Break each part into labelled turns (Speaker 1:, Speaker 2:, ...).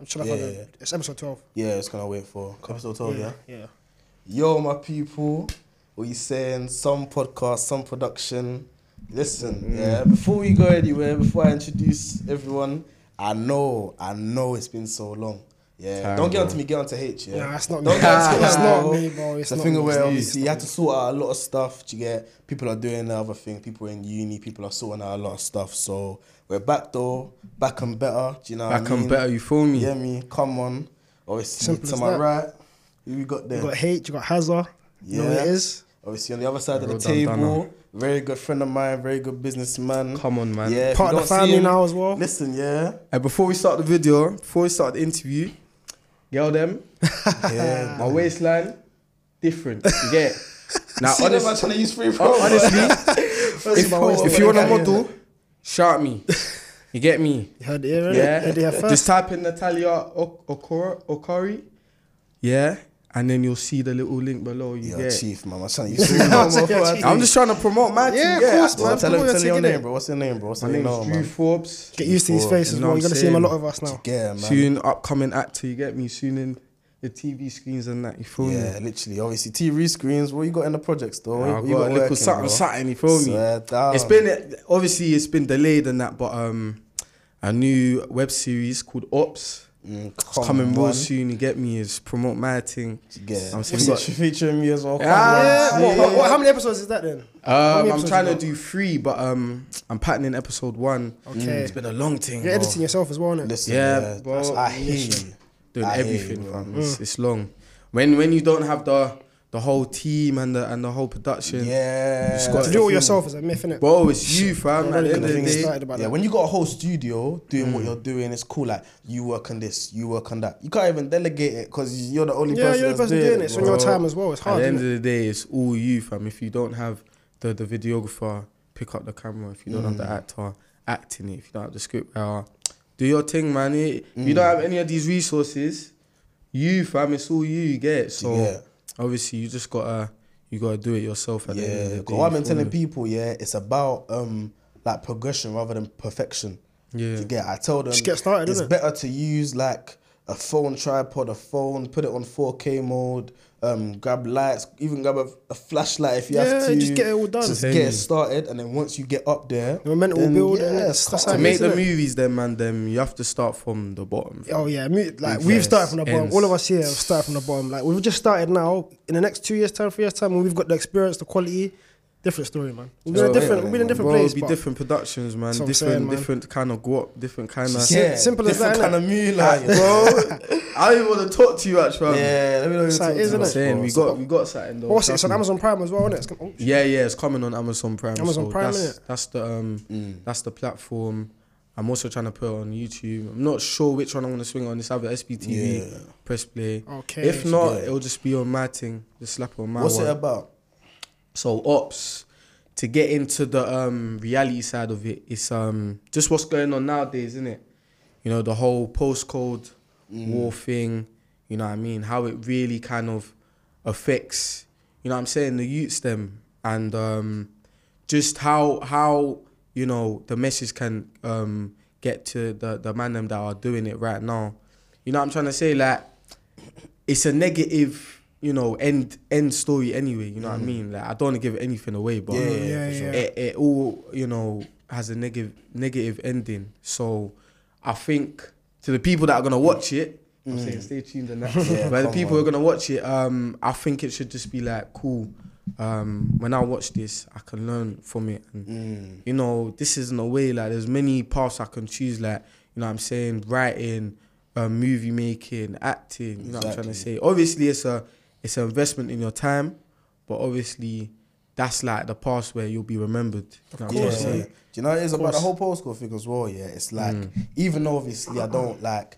Speaker 1: I'm trying to
Speaker 2: Yeah,
Speaker 1: find
Speaker 2: yeah.
Speaker 1: it. It's episode 12.
Speaker 2: Yeah, it's gonna wait for episode 12, yeah?
Speaker 1: Yeah.
Speaker 2: Yo, my people, what you saying? Some podcast, some production. Listen, yeah, before we go anywhere, before I introduce everyone, I know, I know it's been so long. Yeah,
Speaker 3: Time,
Speaker 2: don't get
Speaker 3: bro.
Speaker 2: onto me, get onto H, yeah?
Speaker 1: Nah, that's not me.
Speaker 2: Don't get onto
Speaker 1: That's
Speaker 2: me,
Speaker 1: not
Speaker 2: bro.
Speaker 1: me, bro. It's
Speaker 2: It's the
Speaker 1: not
Speaker 2: thing
Speaker 1: me.
Speaker 2: where
Speaker 1: It's
Speaker 2: obviously you have to sort out a lot of stuff to get people are doing the other thing. People in uni, people are sorting out a lot of stuff. So we're back though, back and better. Do you know
Speaker 3: Back
Speaker 2: what I mean?
Speaker 3: and better, you feel me?
Speaker 2: Yeah, me. Come on. Obviously
Speaker 1: Simple
Speaker 2: to
Speaker 1: as
Speaker 2: my
Speaker 1: that.
Speaker 2: right, who we got there?
Speaker 1: You got hate, you got Hazard. You know what
Speaker 2: Yeah.
Speaker 1: it is?
Speaker 2: Obviously on the other side of the
Speaker 3: Well done, Dana.
Speaker 2: table, very good friend of mine, very good businessman.
Speaker 3: Come on, man.
Speaker 2: Yeah, if
Speaker 1: Part
Speaker 2: you
Speaker 1: of the
Speaker 2: don't see
Speaker 1: family
Speaker 2: him-
Speaker 1: now as well.
Speaker 2: Listen, yeah,
Speaker 3: Hey, before we start the video, before we start the interview, girl them,
Speaker 2: yeah.
Speaker 3: my waistline, different. You get it? Now,
Speaker 2: See them
Speaker 3: honestly,
Speaker 2: man trying to use free
Speaker 3: Oh,
Speaker 2: promo.
Speaker 3: honestly,
Speaker 1: First of all,
Speaker 2: if-
Speaker 1: it's
Speaker 3: if
Speaker 1: not
Speaker 3: you want
Speaker 1: gonna
Speaker 3: a
Speaker 1: get
Speaker 3: model, shout me. You get me?
Speaker 1: You heard it here, innit? You
Speaker 3: Yeah.
Speaker 1: heard it here first.
Speaker 3: Just type in Natalia Ok- Okora, Okori. Yeah. And then you'll see the little link below. You
Speaker 2: You're
Speaker 3: get.
Speaker 2: chief, man. I'm trying to use free
Speaker 1: I'm
Speaker 2: promo.
Speaker 1: saying you're
Speaker 2: bro.
Speaker 1: chief.
Speaker 3: I'm just trying to promote my team.
Speaker 1: Yeah, of course,
Speaker 2: Well,
Speaker 1: man.
Speaker 2: tell
Speaker 1: Come
Speaker 2: him,
Speaker 1: on,
Speaker 2: tell
Speaker 1: take
Speaker 2: your
Speaker 1: it
Speaker 2: name,
Speaker 1: in.
Speaker 2: bro. What's your name, bro? What's
Speaker 3: My
Speaker 2: your name,
Speaker 3: name's
Speaker 2: no,
Speaker 3: Drew
Speaker 2: man?
Speaker 3: Forbes.
Speaker 1: Get used to these
Speaker 2: Before,
Speaker 1: faces,
Speaker 3: you know
Speaker 1: bro.
Speaker 3: what
Speaker 1: You're
Speaker 3: I'm
Speaker 1: going to see him a
Speaker 3: saying?
Speaker 1: lot of us now.
Speaker 2: Yeah, man.
Speaker 3: Soon upcoming actor, you get me? Soon in the TV screens and that, you feel
Speaker 2: Yeah,
Speaker 3: me?
Speaker 2: literally. Obviously, TV screens. What you got in the projects, though?
Speaker 3: I
Speaker 2: What
Speaker 3: got,
Speaker 2: you
Speaker 3: a little
Speaker 2: working,
Speaker 3: something,
Speaker 2: bro?
Speaker 3: something, you feel me?
Speaker 2: Swear down.
Speaker 3: It's been obviously it's been delayed and that, but um, a new web series called Ops
Speaker 2: Mm,
Speaker 3: It's
Speaker 2: come
Speaker 3: coming real
Speaker 2: on.
Speaker 3: soon. You get me? Is promote my thing.
Speaker 2: Yeah.
Speaker 3: I'm
Speaker 2: What's
Speaker 3: saying
Speaker 2: that? She featuring me as well. come
Speaker 3: Yeah.
Speaker 2: on.
Speaker 1: Yeah, what- what- what- how many episodes is that then? How
Speaker 3: Um,
Speaker 1: many
Speaker 3: I'm
Speaker 1: episodes
Speaker 3: trying
Speaker 1: you
Speaker 3: to
Speaker 1: got?
Speaker 3: do three, but um, I'm patterning episode one.
Speaker 1: Okay.
Speaker 3: It's been a long thing.
Speaker 1: You're
Speaker 3: bro.
Speaker 1: editing yourself as well, innit?
Speaker 2: Listen,
Speaker 3: Yeah,
Speaker 2: yeah,
Speaker 3: bro,
Speaker 2: that's- I hear
Speaker 3: listen.
Speaker 2: you.
Speaker 3: doing
Speaker 2: I hear you,
Speaker 3: everything,
Speaker 2: bro.
Speaker 1: Mm.
Speaker 3: fam. It's, it's long. When when you don't have the the whole team and the and the whole production,
Speaker 2: Yeah,
Speaker 3: just got
Speaker 2: that's
Speaker 1: To
Speaker 2: the
Speaker 3: to
Speaker 1: do all
Speaker 2: thing.
Speaker 1: yourself is a myth, innit?
Speaker 3: bro, it's you, fam.
Speaker 1: I'm
Speaker 3: At
Speaker 1: really
Speaker 3: the end of the
Speaker 1: getting
Speaker 3: day,
Speaker 1: excited about
Speaker 2: Yeah,
Speaker 1: that. Mm.
Speaker 2: when you got a whole studio doing what you're doing, it's cool. Like you work on this, you work on that. You can't even delegate it because you're the only
Speaker 1: yeah,
Speaker 2: person.
Speaker 1: you're the
Speaker 2: that's
Speaker 1: person doing it. So
Speaker 2: bro.
Speaker 1: your time as well. It's
Speaker 3: at
Speaker 1: hard,
Speaker 3: the end
Speaker 1: innit?
Speaker 3: of the day, it's all you, fam. If you don't have the, the videographer pick up the camera, if you don't have the
Speaker 1: Mm.
Speaker 3: actor acting it, if you don't have the script writer, do your thing, man. It- If
Speaker 1: Mm.
Speaker 3: you don't have any of these resources, you, fam, it's all you, you get. So
Speaker 2: Yeah.
Speaker 3: obviously, you just gotta you gotta do it yourself. At the end of the
Speaker 2: Yeah,
Speaker 3: day,
Speaker 2: because what I've
Speaker 3: you
Speaker 2: been
Speaker 3: feel
Speaker 2: telling
Speaker 3: me?
Speaker 2: people, yeah, it's about um like progression rather than perfection.
Speaker 3: Yeah.
Speaker 2: To get, I tell them
Speaker 1: Just get started,
Speaker 2: It's
Speaker 1: innit?
Speaker 2: better to use like a phone tripod, a phone, put it on 4K mode, um, grab lights, even grab a, a flashlight if you have
Speaker 1: Yeah,
Speaker 2: to.
Speaker 1: just get it all done.
Speaker 2: Just
Speaker 3: Same.
Speaker 2: get it started, and then once you get up there,
Speaker 1: The momentum will
Speaker 2: then,
Speaker 1: build,
Speaker 2: yeah,
Speaker 1: and it's-
Speaker 2: it's
Speaker 1: that's
Speaker 2: calm.
Speaker 1: how
Speaker 3: to
Speaker 1: it
Speaker 3: make the
Speaker 1: isn't it?
Speaker 3: movies, then man, then you have to start from the bottom. fam.
Speaker 1: Oh yeah, me, like
Speaker 3: Big
Speaker 1: we've
Speaker 3: facts.
Speaker 1: started from the bottom.
Speaker 3: Ends.
Speaker 1: All of us here have started from the bottom. Like we've just started now. In the next two years' time, three years' time, when we've got the experience, the quality, different story, man. We've been in a
Speaker 2: Oh,
Speaker 1: different,
Speaker 2: yeah,
Speaker 1: we've been in a different
Speaker 3: Bro,
Speaker 1: place.
Speaker 3: it'll be
Speaker 1: but
Speaker 3: different productions, man.
Speaker 1: That's what I'm
Speaker 3: Different,
Speaker 1: saying, man.
Speaker 3: different kind of guap, different kind of
Speaker 2: Yeah,
Speaker 1: Simple as that,
Speaker 2: different kind of mood, like,
Speaker 3: bro. I don't even want to talk to you actually. fam.
Speaker 2: Yeah, let me know.
Speaker 1: It's like,
Speaker 2: what you're
Speaker 1: isn't
Speaker 3: I'm
Speaker 1: it?
Speaker 2: talking
Speaker 3: saying
Speaker 2: about,
Speaker 3: we
Speaker 2: bro.
Speaker 3: got we got something though.
Speaker 1: But what's it? It's
Speaker 3: trust
Speaker 1: on
Speaker 3: me.
Speaker 1: Amazon Prime as well, isn't it? It's gonna- oh,
Speaker 3: Yeah, yeah, it's coming on Amazon Prime.
Speaker 1: Amazon
Speaker 3: so
Speaker 1: Prime,
Speaker 3: that's,
Speaker 1: innit?
Speaker 3: that's the um,
Speaker 2: Mm.
Speaker 3: that's the platform. I'm also trying to put it on YouTube. I'm not sure which one I'm gonna swing on. It's either SPTV,
Speaker 2: Yeah.
Speaker 3: press play.
Speaker 1: Okay.
Speaker 3: If not,
Speaker 2: Yeah.
Speaker 3: it'll just be on my thing. Just slap it on my
Speaker 2: What's
Speaker 3: one.
Speaker 2: it about?
Speaker 3: So ops to get into the um reality side of it, it's um just what's going on nowadays, isn't it? You know, the whole postcode war thing, you know what I mean, how it really kind of affects, you know what I'm saying, the youths them and um just how how, you know, the message can um get to the, the man them that are doing it right now. You know what I'm trying to say? Like it's a negative, you know, end end story anyway. You know what I mean? Like I don't want to give anything away, but
Speaker 2: Mm. Yeah, yeah,
Speaker 1: yeah, for sure.
Speaker 3: It, it all you know has a negative negative ending. So I think to the people that are gonna watch it, I'm saying stay tuned and that.
Speaker 2: Mm. Yeah,
Speaker 3: but the
Speaker 2: come
Speaker 3: people
Speaker 2: on.
Speaker 3: who are gonna watch it, um, I think it should just be like cool. Um, when I watch this, I can learn from it. And,
Speaker 2: Mm.
Speaker 3: You know, this isn't a way. Like there's many paths I can choose. Like you know, what I'm saying writing. Um, movie making, acting, you know what I'm trying to
Speaker 2: Exactly.
Speaker 3: say. Obviously, it's a it's an investment in your time, but obviously, that's like the past where you'll be remembered. You know what I'm
Speaker 2: Yeah,
Speaker 3: trying to
Speaker 2: yeah. Do
Speaker 3: say?
Speaker 2: you know what it is about the
Speaker 1: course.
Speaker 2: whole postcode thing as well? Yeah, it's like
Speaker 3: Mm.
Speaker 2: even though obviously I don't like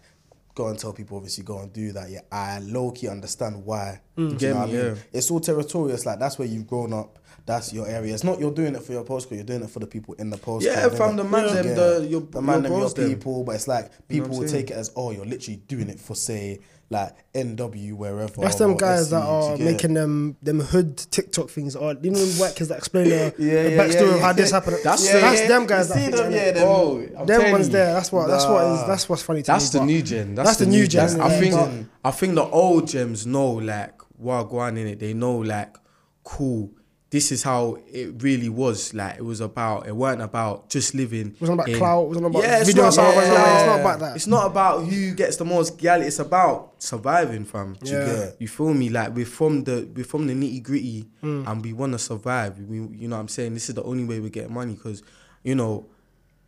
Speaker 2: go and tell people obviously go and do that. Yeah, I low key understand why Do you
Speaker 3: Mm, Get
Speaker 2: know what
Speaker 3: me,
Speaker 2: I mean?
Speaker 3: yeah.
Speaker 2: It's all territorial. It's like that's where you've grown up. That's your area. It's not you're doing it for your postcode. You're doing it for the people in the postcode.
Speaker 3: Yeah, fam, the man
Speaker 2: Yeah.
Speaker 3: them, the- your-
Speaker 2: the man
Speaker 3: your
Speaker 2: them,
Speaker 3: bros them.
Speaker 2: people. But it's like people
Speaker 3: what I'm
Speaker 2: will
Speaker 3: saying?
Speaker 2: take it as oh, you're literally doing it for say like NW wherever.
Speaker 1: That's them
Speaker 2: or
Speaker 1: guys
Speaker 2: SE,
Speaker 1: that
Speaker 2: do you
Speaker 1: are
Speaker 2: get it?
Speaker 1: making them them hood TikTok things. Or you know, them white kids that explain the,
Speaker 2: Yeah,
Speaker 1: the
Speaker 2: yeah,
Speaker 1: backstory
Speaker 2: yeah,
Speaker 1: of how
Speaker 2: yeah.
Speaker 1: this happened. That's
Speaker 3: That's-
Speaker 1: so that's
Speaker 2: yeah.
Speaker 1: them guys. that
Speaker 2: You see
Speaker 1: think
Speaker 2: them,
Speaker 1: that,
Speaker 2: yeah,
Speaker 1: innit?
Speaker 2: them-
Speaker 3: Bro, I'm
Speaker 1: them
Speaker 3: telling
Speaker 1: ones
Speaker 3: you.
Speaker 1: there. That's what. That's what is.
Speaker 2: Nah.
Speaker 1: That's what's funny to
Speaker 3: That's
Speaker 1: me.
Speaker 3: the
Speaker 1: but
Speaker 3: new gen. That's,
Speaker 1: that's the new gen,
Speaker 3: I
Speaker 1: yeah.
Speaker 3: think
Speaker 1: Gen.
Speaker 3: I think the old gems know like Wagwan in it. They know like cool. This is how it really was. Like it was about. It weren't about just living. It
Speaker 1: wasn't about clout, it wasn't about
Speaker 3: yeah, it's
Speaker 1: video
Speaker 3: not
Speaker 1: sales,
Speaker 3: about,
Speaker 1: it's not- it's not about that.
Speaker 3: It's not about who gets the most galley. It's about surviving, fam. Do you
Speaker 1: Yeah.
Speaker 3: get- You feel me? Like we're from the we're from the nitty gritty,
Speaker 2: Mm.
Speaker 3: and we want to survive. We, you know what I'm saying? This is the only way we get money because, you know,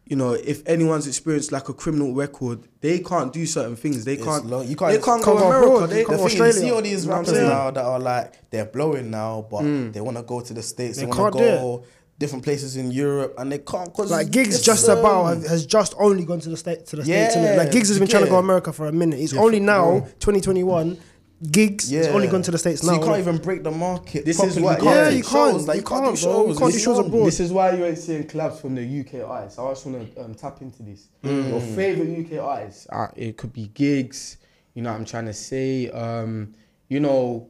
Speaker 3: you know, if anyone's experienced like a criminal record, they can't do certain things. They
Speaker 2: It's
Speaker 3: can't.
Speaker 2: low. You
Speaker 3: They
Speaker 2: can't-
Speaker 3: can't
Speaker 1: can't
Speaker 3: go
Speaker 1: go
Speaker 3: America.
Speaker 1: abroad.
Speaker 3: They,
Speaker 1: You can't go
Speaker 2: The thing, you see
Speaker 1: Australia.
Speaker 2: all these
Speaker 1: You know what I'm
Speaker 2: rappers
Speaker 1: saying?
Speaker 2: now that are like they're blowing now, but they want to go to the states. They,
Speaker 1: Hmm. They
Speaker 2: want
Speaker 1: can't
Speaker 2: to
Speaker 1: do it.
Speaker 2: go different places in Europe, and they can't cause
Speaker 1: Like gigs just about have- has just only gone to the state to the states.
Speaker 2: Yeah,
Speaker 1: innit? Like gigs has been trying to go
Speaker 2: yeah.
Speaker 1: America for a minute. It's only now 2021. Gigs has only gone to the states
Speaker 2: so
Speaker 1: now.
Speaker 2: You can't
Speaker 1: innit?
Speaker 2: even break the market.
Speaker 3: This is
Speaker 2: properly.
Speaker 3: what-
Speaker 2: can't
Speaker 3: yeah,
Speaker 2: take
Speaker 1: you can't,
Speaker 2: shows, Like,
Speaker 1: you
Speaker 2: you can't,
Speaker 1: can't,
Speaker 2: do
Speaker 1: bro, you
Speaker 2: shows.
Speaker 1: can't do
Speaker 2: it's
Speaker 1: shows
Speaker 2: wrong.
Speaker 1: abroad.
Speaker 3: This is why you ain't seeing collabs from the UK artists. I just want to um, tap into this.
Speaker 1: Mm.
Speaker 3: Your favorite UK artists? Uh, it could be gigs. You know what I'm trying to say. Um, you know,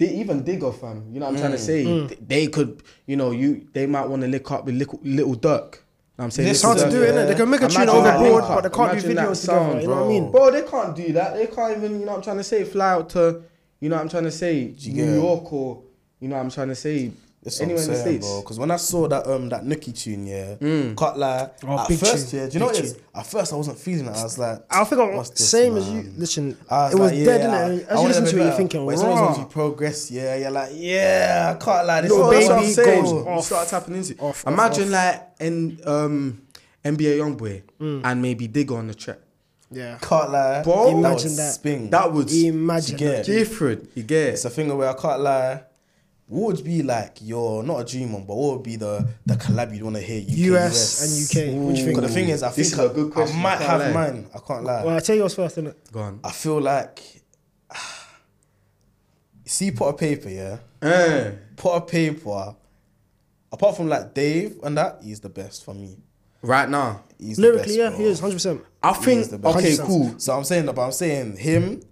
Speaker 3: they even Digger fam. You know what I'm trying
Speaker 1: Mm.
Speaker 3: to say. Th- They could. You know, you they might want to lick up with little, little Duck. You know what I'm saying
Speaker 1: It's
Speaker 2: This is
Speaker 1: hard to
Speaker 2: a-
Speaker 1: do,
Speaker 2: yeah.
Speaker 1: innit? They can make a tune
Speaker 2: Imagine that
Speaker 1: overboard,
Speaker 2: link
Speaker 1: but
Speaker 2: up.
Speaker 1: they can't do videos together. You know what I mean?
Speaker 3: Bro, they can't do that. They can't even, you know what I'm trying to say, fly out to, you know what I'm trying to say,
Speaker 2: get
Speaker 3: New
Speaker 2: it?
Speaker 3: York or, you know what I'm trying to say,
Speaker 2: That's what I'm
Speaker 3: anywhere in the
Speaker 2: saying,
Speaker 3: States. Hmm.
Speaker 2: bro. Because when I saw that um that Nookie tune, yeah, Cutler.
Speaker 1: Oh,
Speaker 2: at
Speaker 1: big
Speaker 2: first,
Speaker 1: tune,
Speaker 2: yeah, do you know
Speaker 1: big
Speaker 2: what it is? At first, I wasn't feeling it. I was like,
Speaker 1: I think I'm
Speaker 2: what's this,
Speaker 1: same as you.
Speaker 2: man?
Speaker 1: Listen,
Speaker 2: I
Speaker 1: it was
Speaker 2: like,
Speaker 1: dead,
Speaker 2: yeah,
Speaker 1: innit?
Speaker 2: I-
Speaker 1: As
Speaker 2: I
Speaker 1: you
Speaker 2: wanted
Speaker 1: listen
Speaker 2: a
Speaker 1: to
Speaker 2: bit
Speaker 1: it, you're
Speaker 2: better.
Speaker 1: thinking,
Speaker 2: But it's always
Speaker 1: "Rah."
Speaker 2: once you progress, yeah, you're like, yeah, I can't lie. This
Speaker 1: Little
Speaker 2: is what I'm
Speaker 1: baby
Speaker 2: saying.
Speaker 1: goes
Speaker 3: You start tapping into. it.
Speaker 1: Off, off,
Speaker 3: Imagine like an um, NBA YoungBoy
Speaker 1: Mm.
Speaker 3: and maybe Digger on the track.
Speaker 1: Yeah.
Speaker 2: Can't lie.
Speaker 3: Bro,
Speaker 2: that
Speaker 1: Imagine
Speaker 2: would
Speaker 1: that.
Speaker 2: Spin.
Speaker 3: That would
Speaker 1: Imagine
Speaker 2: Yeah.
Speaker 1: that.
Speaker 3: different. You get
Speaker 2: It's
Speaker 3: it?
Speaker 2: a thing where I can't lie. What would be like your not a dream one, but what would be the the collab you'd want to hear? UK,
Speaker 1: US and UK. What do you think?
Speaker 2: Because the thing is, I
Speaker 3: This
Speaker 2: think
Speaker 3: is
Speaker 2: I,
Speaker 3: a good question,
Speaker 2: I
Speaker 3: I
Speaker 2: might
Speaker 3: can't
Speaker 2: have
Speaker 3: lie.
Speaker 2: mine. I can't lie.
Speaker 1: Well, I tell you yours first, innit?
Speaker 3: Go on.
Speaker 2: I feel like see pot of paper, yeah.
Speaker 3: Eh.
Speaker 2: Pot of paper. Apart from like Dave and that, he's the best for me.
Speaker 3: Right now,
Speaker 2: He's
Speaker 1: Lyrically,
Speaker 2: the
Speaker 1: yeah,
Speaker 2: best,
Speaker 1: he
Speaker 2: bro.
Speaker 1: is 100. percent
Speaker 3: I
Speaker 2: He is
Speaker 3: think.
Speaker 2: the best.
Speaker 3: Okay, cool.
Speaker 2: So I'm saying that, but I'm saying him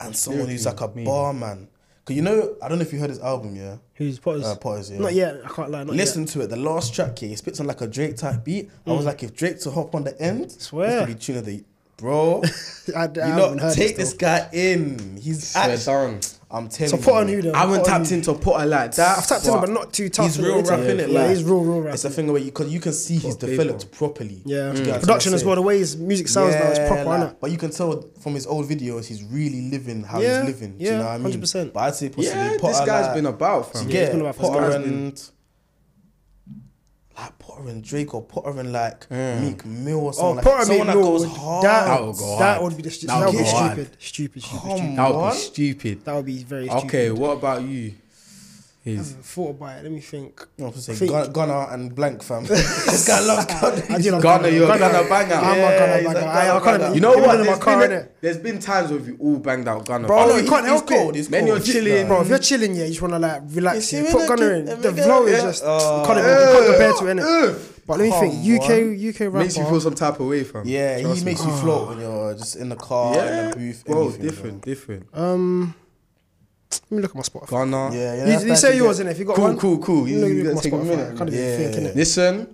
Speaker 2: and someone who's like a
Speaker 3: Lyrically, me.
Speaker 2: barman. Cause you know, I don't know if you heard his album, yeah.
Speaker 1: Who's Potters?
Speaker 2: Uh, Potters, yeah.
Speaker 1: Not yet. I can't lie. Not
Speaker 2: Listen to it. The last track here, he spits on like a Drake type beat. I was like, if Drake to hop on the end,
Speaker 1: Mm. Swear.
Speaker 2: this could be tune of the bro.
Speaker 1: yet. I, I
Speaker 2: you
Speaker 1: haven't
Speaker 2: know,
Speaker 1: heard
Speaker 2: take
Speaker 1: this.
Speaker 2: this guy in. He's
Speaker 3: Swear
Speaker 2: actually,
Speaker 3: down.
Speaker 2: I'm telling
Speaker 1: So put on
Speaker 2: you.
Speaker 1: who then?
Speaker 3: I
Speaker 1: Put
Speaker 3: haven't
Speaker 1: on
Speaker 3: tapped
Speaker 1: who?
Speaker 3: into Potter like that.
Speaker 1: I've tapped in, but not too tough.
Speaker 2: He's real rap,
Speaker 1: in
Speaker 2: innit?
Speaker 1: Yeah,
Speaker 2: Like,
Speaker 1: he's real, real rap.
Speaker 2: It's a thing where you can you can see he's
Speaker 3: Got
Speaker 2: developed
Speaker 3: paper.
Speaker 2: properly.
Speaker 1: yeah,
Speaker 2: Do you get what I'm
Speaker 1: production
Speaker 2: trying to
Speaker 1: as well.
Speaker 2: say?
Speaker 1: The way his music sounds now is proper,
Speaker 2: like,
Speaker 1: innit?
Speaker 2: But you can tell from his old videos, he's really living how
Speaker 1: Yeah,
Speaker 2: he's living. Do
Speaker 1: yeah,
Speaker 2: you know what I mean?
Speaker 1: 100%.
Speaker 2: But I'd say possibly
Speaker 3: yeah,
Speaker 2: Potter,
Speaker 3: this guy's
Speaker 2: like,
Speaker 3: been about,
Speaker 2: to
Speaker 3: fam.
Speaker 1: Yeah, it's
Speaker 2: get
Speaker 1: been about for
Speaker 2: Potter
Speaker 1: this
Speaker 3: guy's been-
Speaker 2: and like Potter and Drake or Potter and like Meek Mill or
Speaker 1: Oh,
Speaker 2: someone like
Speaker 1: Potter
Speaker 2: someone
Speaker 1: made
Speaker 2: that
Speaker 1: no.
Speaker 2: goes
Speaker 1: would-
Speaker 2: hard.
Speaker 1: That
Speaker 3: That
Speaker 1: would
Speaker 3: would go
Speaker 1: That
Speaker 3: hard.
Speaker 1: would be the stu-
Speaker 3: That
Speaker 1: that would
Speaker 3: would
Speaker 1: be
Speaker 3: go hard.
Speaker 1: stupid. Stupid, stupid,
Speaker 2: Come
Speaker 1: stupid.
Speaker 3: That would
Speaker 2: What?
Speaker 3: be stupid.
Speaker 1: That would be very stupid.
Speaker 3: Okay, what about you? His.
Speaker 1: haven't thought about it. Let me think.
Speaker 2: No, I'm supposed to
Speaker 1: I
Speaker 2: say
Speaker 1: think-
Speaker 2: Gun- Gunner and blank fam. this guy loves Gunner.
Speaker 1: I do love
Speaker 3: Ghana,
Speaker 1: Ghana.
Speaker 3: you're a
Speaker 1: Ghana.
Speaker 3: Ghana banger.
Speaker 1: I'm
Speaker 2: Yeah,
Speaker 1: a
Speaker 2: he's
Speaker 1: Ghana
Speaker 2: a
Speaker 1: banger. I, I
Speaker 2: Ghana
Speaker 1: can't,
Speaker 2: banger.
Speaker 3: You know
Speaker 1: even
Speaker 3: what?
Speaker 1: in my
Speaker 3: There's
Speaker 1: car,
Speaker 3: been,
Speaker 1: innit?
Speaker 3: there's been times where we all banged out Ghana. Oh,
Speaker 1: Bro,
Speaker 2: no,
Speaker 1: you
Speaker 2: he-
Speaker 1: can't
Speaker 2: he's
Speaker 1: help it.
Speaker 2: cold, he's
Speaker 3: Then
Speaker 2: cold.
Speaker 3: you're chilling.
Speaker 1: Bro, if you're chilling, yeah, you just want to like
Speaker 2: You
Speaker 1: relax.
Speaker 2: see
Speaker 1: Yeah.
Speaker 2: when
Speaker 1: Put
Speaker 2: I
Speaker 1: Gunner in.
Speaker 2: keep-
Speaker 1: The
Speaker 2: yeah.
Speaker 1: flow is just
Speaker 2: Oh.
Speaker 1: you can't even you can't compare to it, innit? But let me
Speaker 2: Come
Speaker 1: think.
Speaker 2: on.
Speaker 1: UK UK
Speaker 3: Makes you feel
Speaker 1: rapper.
Speaker 3: some type of way, fam.
Speaker 2: Yeah,
Speaker 3: Trust
Speaker 2: he
Speaker 3: me.
Speaker 2: makes you float when you're just in the car, in
Speaker 3: Yeah,
Speaker 2: the booth.
Speaker 3: bro,
Speaker 2: anything,
Speaker 3: different, different.
Speaker 1: Um, let me look at my Spotify.
Speaker 3: Ghana.
Speaker 2: Bro. Yeah, yeah.
Speaker 1: You,
Speaker 2: that's
Speaker 1: you
Speaker 2: bad
Speaker 1: say
Speaker 2: to
Speaker 1: yours
Speaker 2: get-
Speaker 1: in it. If you got
Speaker 3: Cool,
Speaker 1: one,
Speaker 3: cool, cool.
Speaker 1: let
Speaker 3: You-
Speaker 1: me
Speaker 3: you
Speaker 1: look at
Speaker 3: gotta
Speaker 1: my
Speaker 3: take a
Speaker 1: Spotify.
Speaker 3: minute,
Speaker 1: I can't even
Speaker 2: man.
Speaker 1: think
Speaker 2: Yeah.
Speaker 1: innit?
Speaker 3: Listen,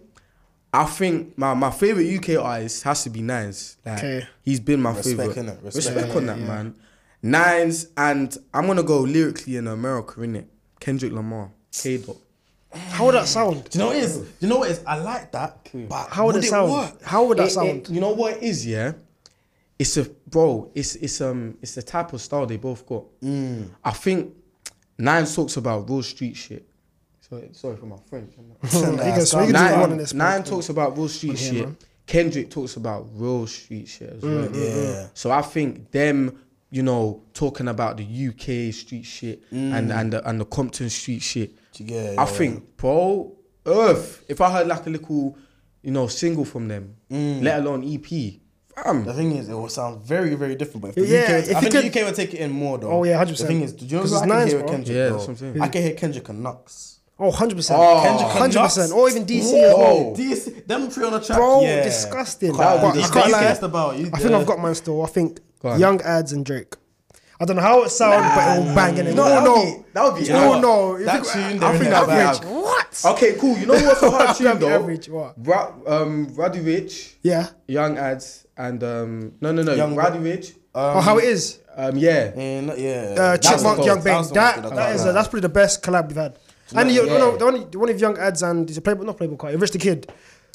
Speaker 3: I think my, my favorite UK artist has to be Nines. Like
Speaker 1: Okay.
Speaker 3: he's been my
Speaker 2: Respect,
Speaker 3: favorite.
Speaker 2: innit?
Speaker 3: Respect,
Speaker 2: Respect,
Speaker 3: on that man. Nines and I'm gonna go lyrically in America, innit? Kendrick Lamar, K Dot.
Speaker 1: How would that sound?
Speaker 2: Do you know what it is? Do you know what it is? I like that, but
Speaker 1: Mm. How would it sound?
Speaker 2: work?
Speaker 1: How would that
Speaker 3: It-
Speaker 1: sound?
Speaker 3: it- you know what it is, yeah. It's a bro. It's it's um it's the type of style they both got. I think Nine talks about real street shit. Sorry, sorry for my French. I'm not-
Speaker 1: You can- so you can do
Speaker 3: Nine,
Speaker 1: one in this.
Speaker 3: Nine talks about real street
Speaker 1: here,
Speaker 3: shit.
Speaker 1: man.
Speaker 3: Kendrick talks about real street shit as
Speaker 1: Mm,
Speaker 3: well.
Speaker 2: Yeah.
Speaker 3: So I think them, you know, talking about the UK street shit and and the, and the Compton street shit.
Speaker 2: Yeah,
Speaker 3: I
Speaker 2: Mm. yeah.
Speaker 3: think, bro,
Speaker 2: Mm.
Speaker 3: earth. If I heard like a little, you know, single from them, let alone EP, fam.
Speaker 2: The thing is, it will sound very, very different. But if the
Speaker 1: Yeah,
Speaker 2: UK,
Speaker 1: if
Speaker 2: I
Speaker 1: you
Speaker 2: think
Speaker 1: could-
Speaker 2: the UK would take it in more though.
Speaker 1: Oh, yeah, 100%.
Speaker 2: The thing is, do you know
Speaker 1: 'Cause
Speaker 2: what
Speaker 1: it's
Speaker 2: I can
Speaker 1: nice,
Speaker 2: hear with
Speaker 1: bro.
Speaker 2: Kendrick?
Speaker 3: Yeah,
Speaker 2: bro?
Speaker 3: that's what I'm saying.
Speaker 2: I can hear Kendrick and Knox.
Speaker 1: Oh, 100%.
Speaker 3: Oh.
Speaker 2: Kendrick and
Speaker 1: 100%.
Speaker 2: Knox.
Speaker 1: Or even DC as
Speaker 3: Whoa.
Speaker 1: well.
Speaker 3: Oh.
Speaker 2: DC, them three on the track.
Speaker 1: Bro,
Speaker 2: yeah.
Speaker 1: disgusting.
Speaker 2: Can't-
Speaker 1: That would be
Speaker 2: you
Speaker 1: disgusting.
Speaker 2: can't guess about it.
Speaker 1: I think I've got mine still. I think
Speaker 3: Go on.
Speaker 1: Young Ads and Drake. I don't know how it sounds, but it will bang in it.
Speaker 3: No,
Speaker 1: No,
Speaker 3: that would
Speaker 1: no.
Speaker 3: be- that would be
Speaker 1: No,
Speaker 2: average.
Speaker 1: no. If
Speaker 2: That
Speaker 1: you-
Speaker 2: tune
Speaker 1: I
Speaker 2: there
Speaker 1: think
Speaker 2: in that
Speaker 1: average.
Speaker 3: bag.
Speaker 1: What?
Speaker 3: Okay, cool. You know what's a hard tune though?
Speaker 1: Average, what?
Speaker 3: Ra- um, Radovich,
Speaker 1: Yeah.
Speaker 3: Young Ads, and um, no, no, no,
Speaker 2: Young-
Speaker 3: Radovich.
Speaker 1: oh, how it is.
Speaker 3: Um, yeah.
Speaker 2: Yeah, no- yeah.
Speaker 1: Uh,
Speaker 2: That's the
Speaker 1: Chipmunk,
Speaker 2: goal.
Speaker 1: Young Bang.
Speaker 2: That's the
Speaker 1: That,
Speaker 2: goal.
Speaker 1: that is a, that's probably the best collab we've had. And
Speaker 2: Yeah.
Speaker 1: you, you know, the one, the one of Young Ads and he's a playboy, not playboy, quite, Rich the Kid.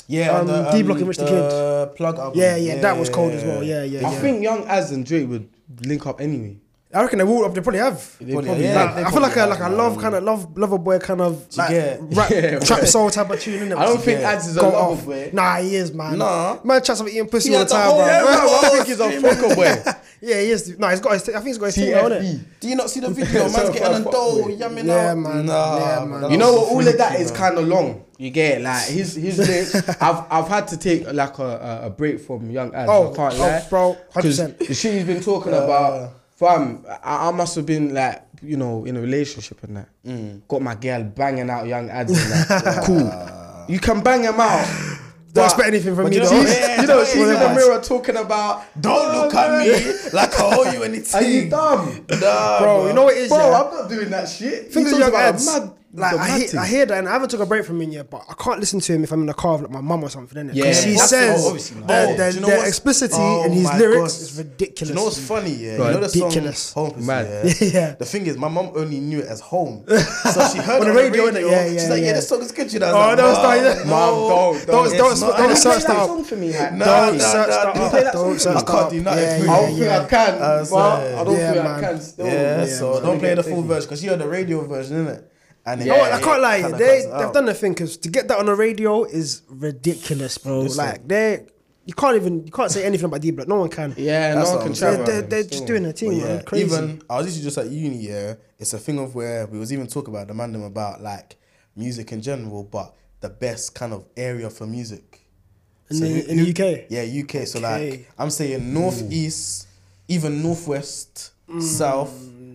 Speaker 2: yeah.
Speaker 1: um,
Speaker 2: the,
Speaker 1: D-Block and Rich the Kid.
Speaker 2: the Plug album.
Speaker 1: Yeah, yeah, that was cold as well. Yeah, yeah,
Speaker 3: I
Speaker 1: yeah.
Speaker 3: think Young Ads and Drake would link up anyway.
Speaker 1: I reckon they will. They probably have.
Speaker 2: Probably,
Speaker 3: probably-
Speaker 2: yeah,
Speaker 1: Like,
Speaker 2: they
Speaker 1: I feel like
Speaker 2: probably
Speaker 1: a,
Speaker 2: have,
Speaker 1: like a
Speaker 2: man.
Speaker 1: love kind of love lover boy kind of like,
Speaker 2: get-
Speaker 1: rap,
Speaker 3: Yeah,
Speaker 1: trap
Speaker 3: right.
Speaker 1: soul type of tune. Innit?
Speaker 3: I don't think
Speaker 2: Yeah.
Speaker 3: Ads is a
Speaker 1: Go
Speaker 3: lover
Speaker 1: off.
Speaker 3: boy.
Speaker 1: Nah, he is man.
Speaker 2: Nah.
Speaker 1: man chats about eating pussy
Speaker 2: He
Speaker 1: all the
Speaker 2: had
Speaker 1: time,
Speaker 2: the whole-
Speaker 1: bro.
Speaker 2: oh, yeah,
Speaker 3: Bro, I think he's a fucker boy.
Speaker 1: Yeah, he is. Nah, he's got. His, I think he's got his thing on it.
Speaker 3: TFE.
Speaker 2: Do you not see the video? Man's
Speaker 3: So
Speaker 2: getting
Speaker 3: fuck
Speaker 2: a dough,
Speaker 3: with.
Speaker 2: yamming
Speaker 1: Yeah,
Speaker 2: out.
Speaker 1: man.
Speaker 2: Nah,
Speaker 1: Yeah, man.
Speaker 2: that
Speaker 3: You know
Speaker 2: was
Speaker 3: what? All of
Speaker 2: freaky,
Speaker 3: that is
Speaker 2: man.
Speaker 3: kind of long. You get it? like his his lyrics. I've I've had to take like a, a- a break from Young Ads.
Speaker 1: Oh,
Speaker 3: I can't
Speaker 1: oh,
Speaker 3: lie,
Speaker 1: bro,
Speaker 3: 'Cause
Speaker 1: 100%.
Speaker 3: The shit he's been talking
Speaker 1: Uh,
Speaker 3: about, fam. I, I must have been like you know in a relationship and that.
Speaker 1: Mm.
Speaker 3: Got my girl banging out Young Ads and that. cool. You can bang him out.
Speaker 1: Don't
Speaker 3: but-
Speaker 1: expect anything from
Speaker 3: but
Speaker 1: me,
Speaker 3: You know,
Speaker 1: though.
Speaker 3: she's- you know, she's in the
Speaker 1: Yeah.
Speaker 3: mirror talking about. "Oh,
Speaker 2: Don't look at me like I owe you anything.
Speaker 3: Are you dumb?
Speaker 2: Nah,
Speaker 1: Bro, you know what it is,
Speaker 3: Bro,
Speaker 1: yeah?
Speaker 3: I'm not doing that shit.
Speaker 1: Things
Speaker 3: You
Speaker 1: with
Speaker 3: talking
Speaker 1: young
Speaker 3: about
Speaker 1: ads.
Speaker 3: mad-
Speaker 1: like
Speaker 3: the
Speaker 1: I,
Speaker 3: mad
Speaker 1: hear-
Speaker 3: thing.
Speaker 1: I hear that, and I haven't took a break from him yet, but I can't listen to him if I'm in a car with like my mum or something. Innit? 'Cause
Speaker 3: Yeah.
Speaker 1: she
Speaker 3: Oh,
Speaker 1: says
Speaker 3: obviously not.
Speaker 1: the,
Speaker 3: Oh,
Speaker 1: the,
Speaker 2: do you know
Speaker 1: the
Speaker 2: what's-
Speaker 1: explicity
Speaker 2: Oh
Speaker 1: in his
Speaker 2: my
Speaker 1: lyrics
Speaker 2: God.
Speaker 1: is ridiculous.
Speaker 2: Do you know what's funny? Yeah,
Speaker 3: Right.
Speaker 2: you know the song
Speaker 1: Ridiculous.
Speaker 2: Home. Is,
Speaker 3: Mad.
Speaker 2: Yeah.
Speaker 1: Yeah.
Speaker 2: The thing is, my mom only knew it as Home, so she heard
Speaker 1: On
Speaker 2: it
Speaker 1: the
Speaker 2: on the
Speaker 1: radio,
Speaker 2: radio.
Speaker 1: innit? Yeah, yeah,
Speaker 2: She's like, yeah,
Speaker 1: yeah.
Speaker 2: this song is good. You know. I
Speaker 1: Oh,
Speaker 2: was
Speaker 1: don't
Speaker 2: like,
Speaker 1: start.
Speaker 3: Mom, don't, don't.
Speaker 1: Don't, don't,
Speaker 2: It's
Speaker 1: don't, don't
Speaker 2: not- Can you
Speaker 1: search that up.
Speaker 3: song for me.
Speaker 2: No,
Speaker 1: Don't
Speaker 2: no,
Speaker 1: search
Speaker 2: no,
Speaker 1: that
Speaker 2: no.
Speaker 1: up.
Speaker 3: Play that song.
Speaker 1: Don't search
Speaker 2: I
Speaker 1: that
Speaker 2: can't
Speaker 1: up.
Speaker 2: do
Speaker 1: Yeah,
Speaker 2: nothing.
Speaker 1: yeah,
Speaker 2: I
Speaker 3: I don't
Speaker 1: yeah.
Speaker 3: think I can,
Speaker 2: Uh,
Speaker 3: but I don't
Speaker 1: yeah,
Speaker 3: think
Speaker 1: man.
Speaker 3: I can still.
Speaker 2: Yeah,
Speaker 1: Yeah,
Speaker 2: so
Speaker 1: man.
Speaker 2: don't play the full version because she heard the radio version, innit? And
Speaker 1: Oh,
Speaker 2: it-
Speaker 1: I can't lie.
Speaker 2: kinda
Speaker 1: They
Speaker 2: cuts it
Speaker 1: they've
Speaker 2: out.
Speaker 1: done the thing because to get that on the radio is ridiculous, bro. Like they, you can't even you can't say anything about D Block. No one can.
Speaker 3: Yeah,
Speaker 2: That's
Speaker 3: no
Speaker 2: what
Speaker 3: one can
Speaker 2: I'm
Speaker 1: they're,
Speaker 3: travel.
Speaker 2: saying.
Speaker 1: they're, they're just doing their
Speaker 2: But
Speaker 1: thing, man.
Speaker 2: yeah,
Speaker 1: Crazy.
Speaker 2: Even I was literally just at uni. Yeah, it's a thing of where we was even talking about demanding about like music in general, but the best kind of area for music
Speaker 1: In
Speaker 2: So
Speaker 1: the-
Speaker 2: who-
Speaker 1: in the
Speaker 2: who-
Speaker 1: UK?
Speaker 2: Yeah, UK. So
Speaker 1: Okay.
Speaker 2: like I'm saying northeast, even northwest,
Speaker 1: Mm.
Speaker 2: south,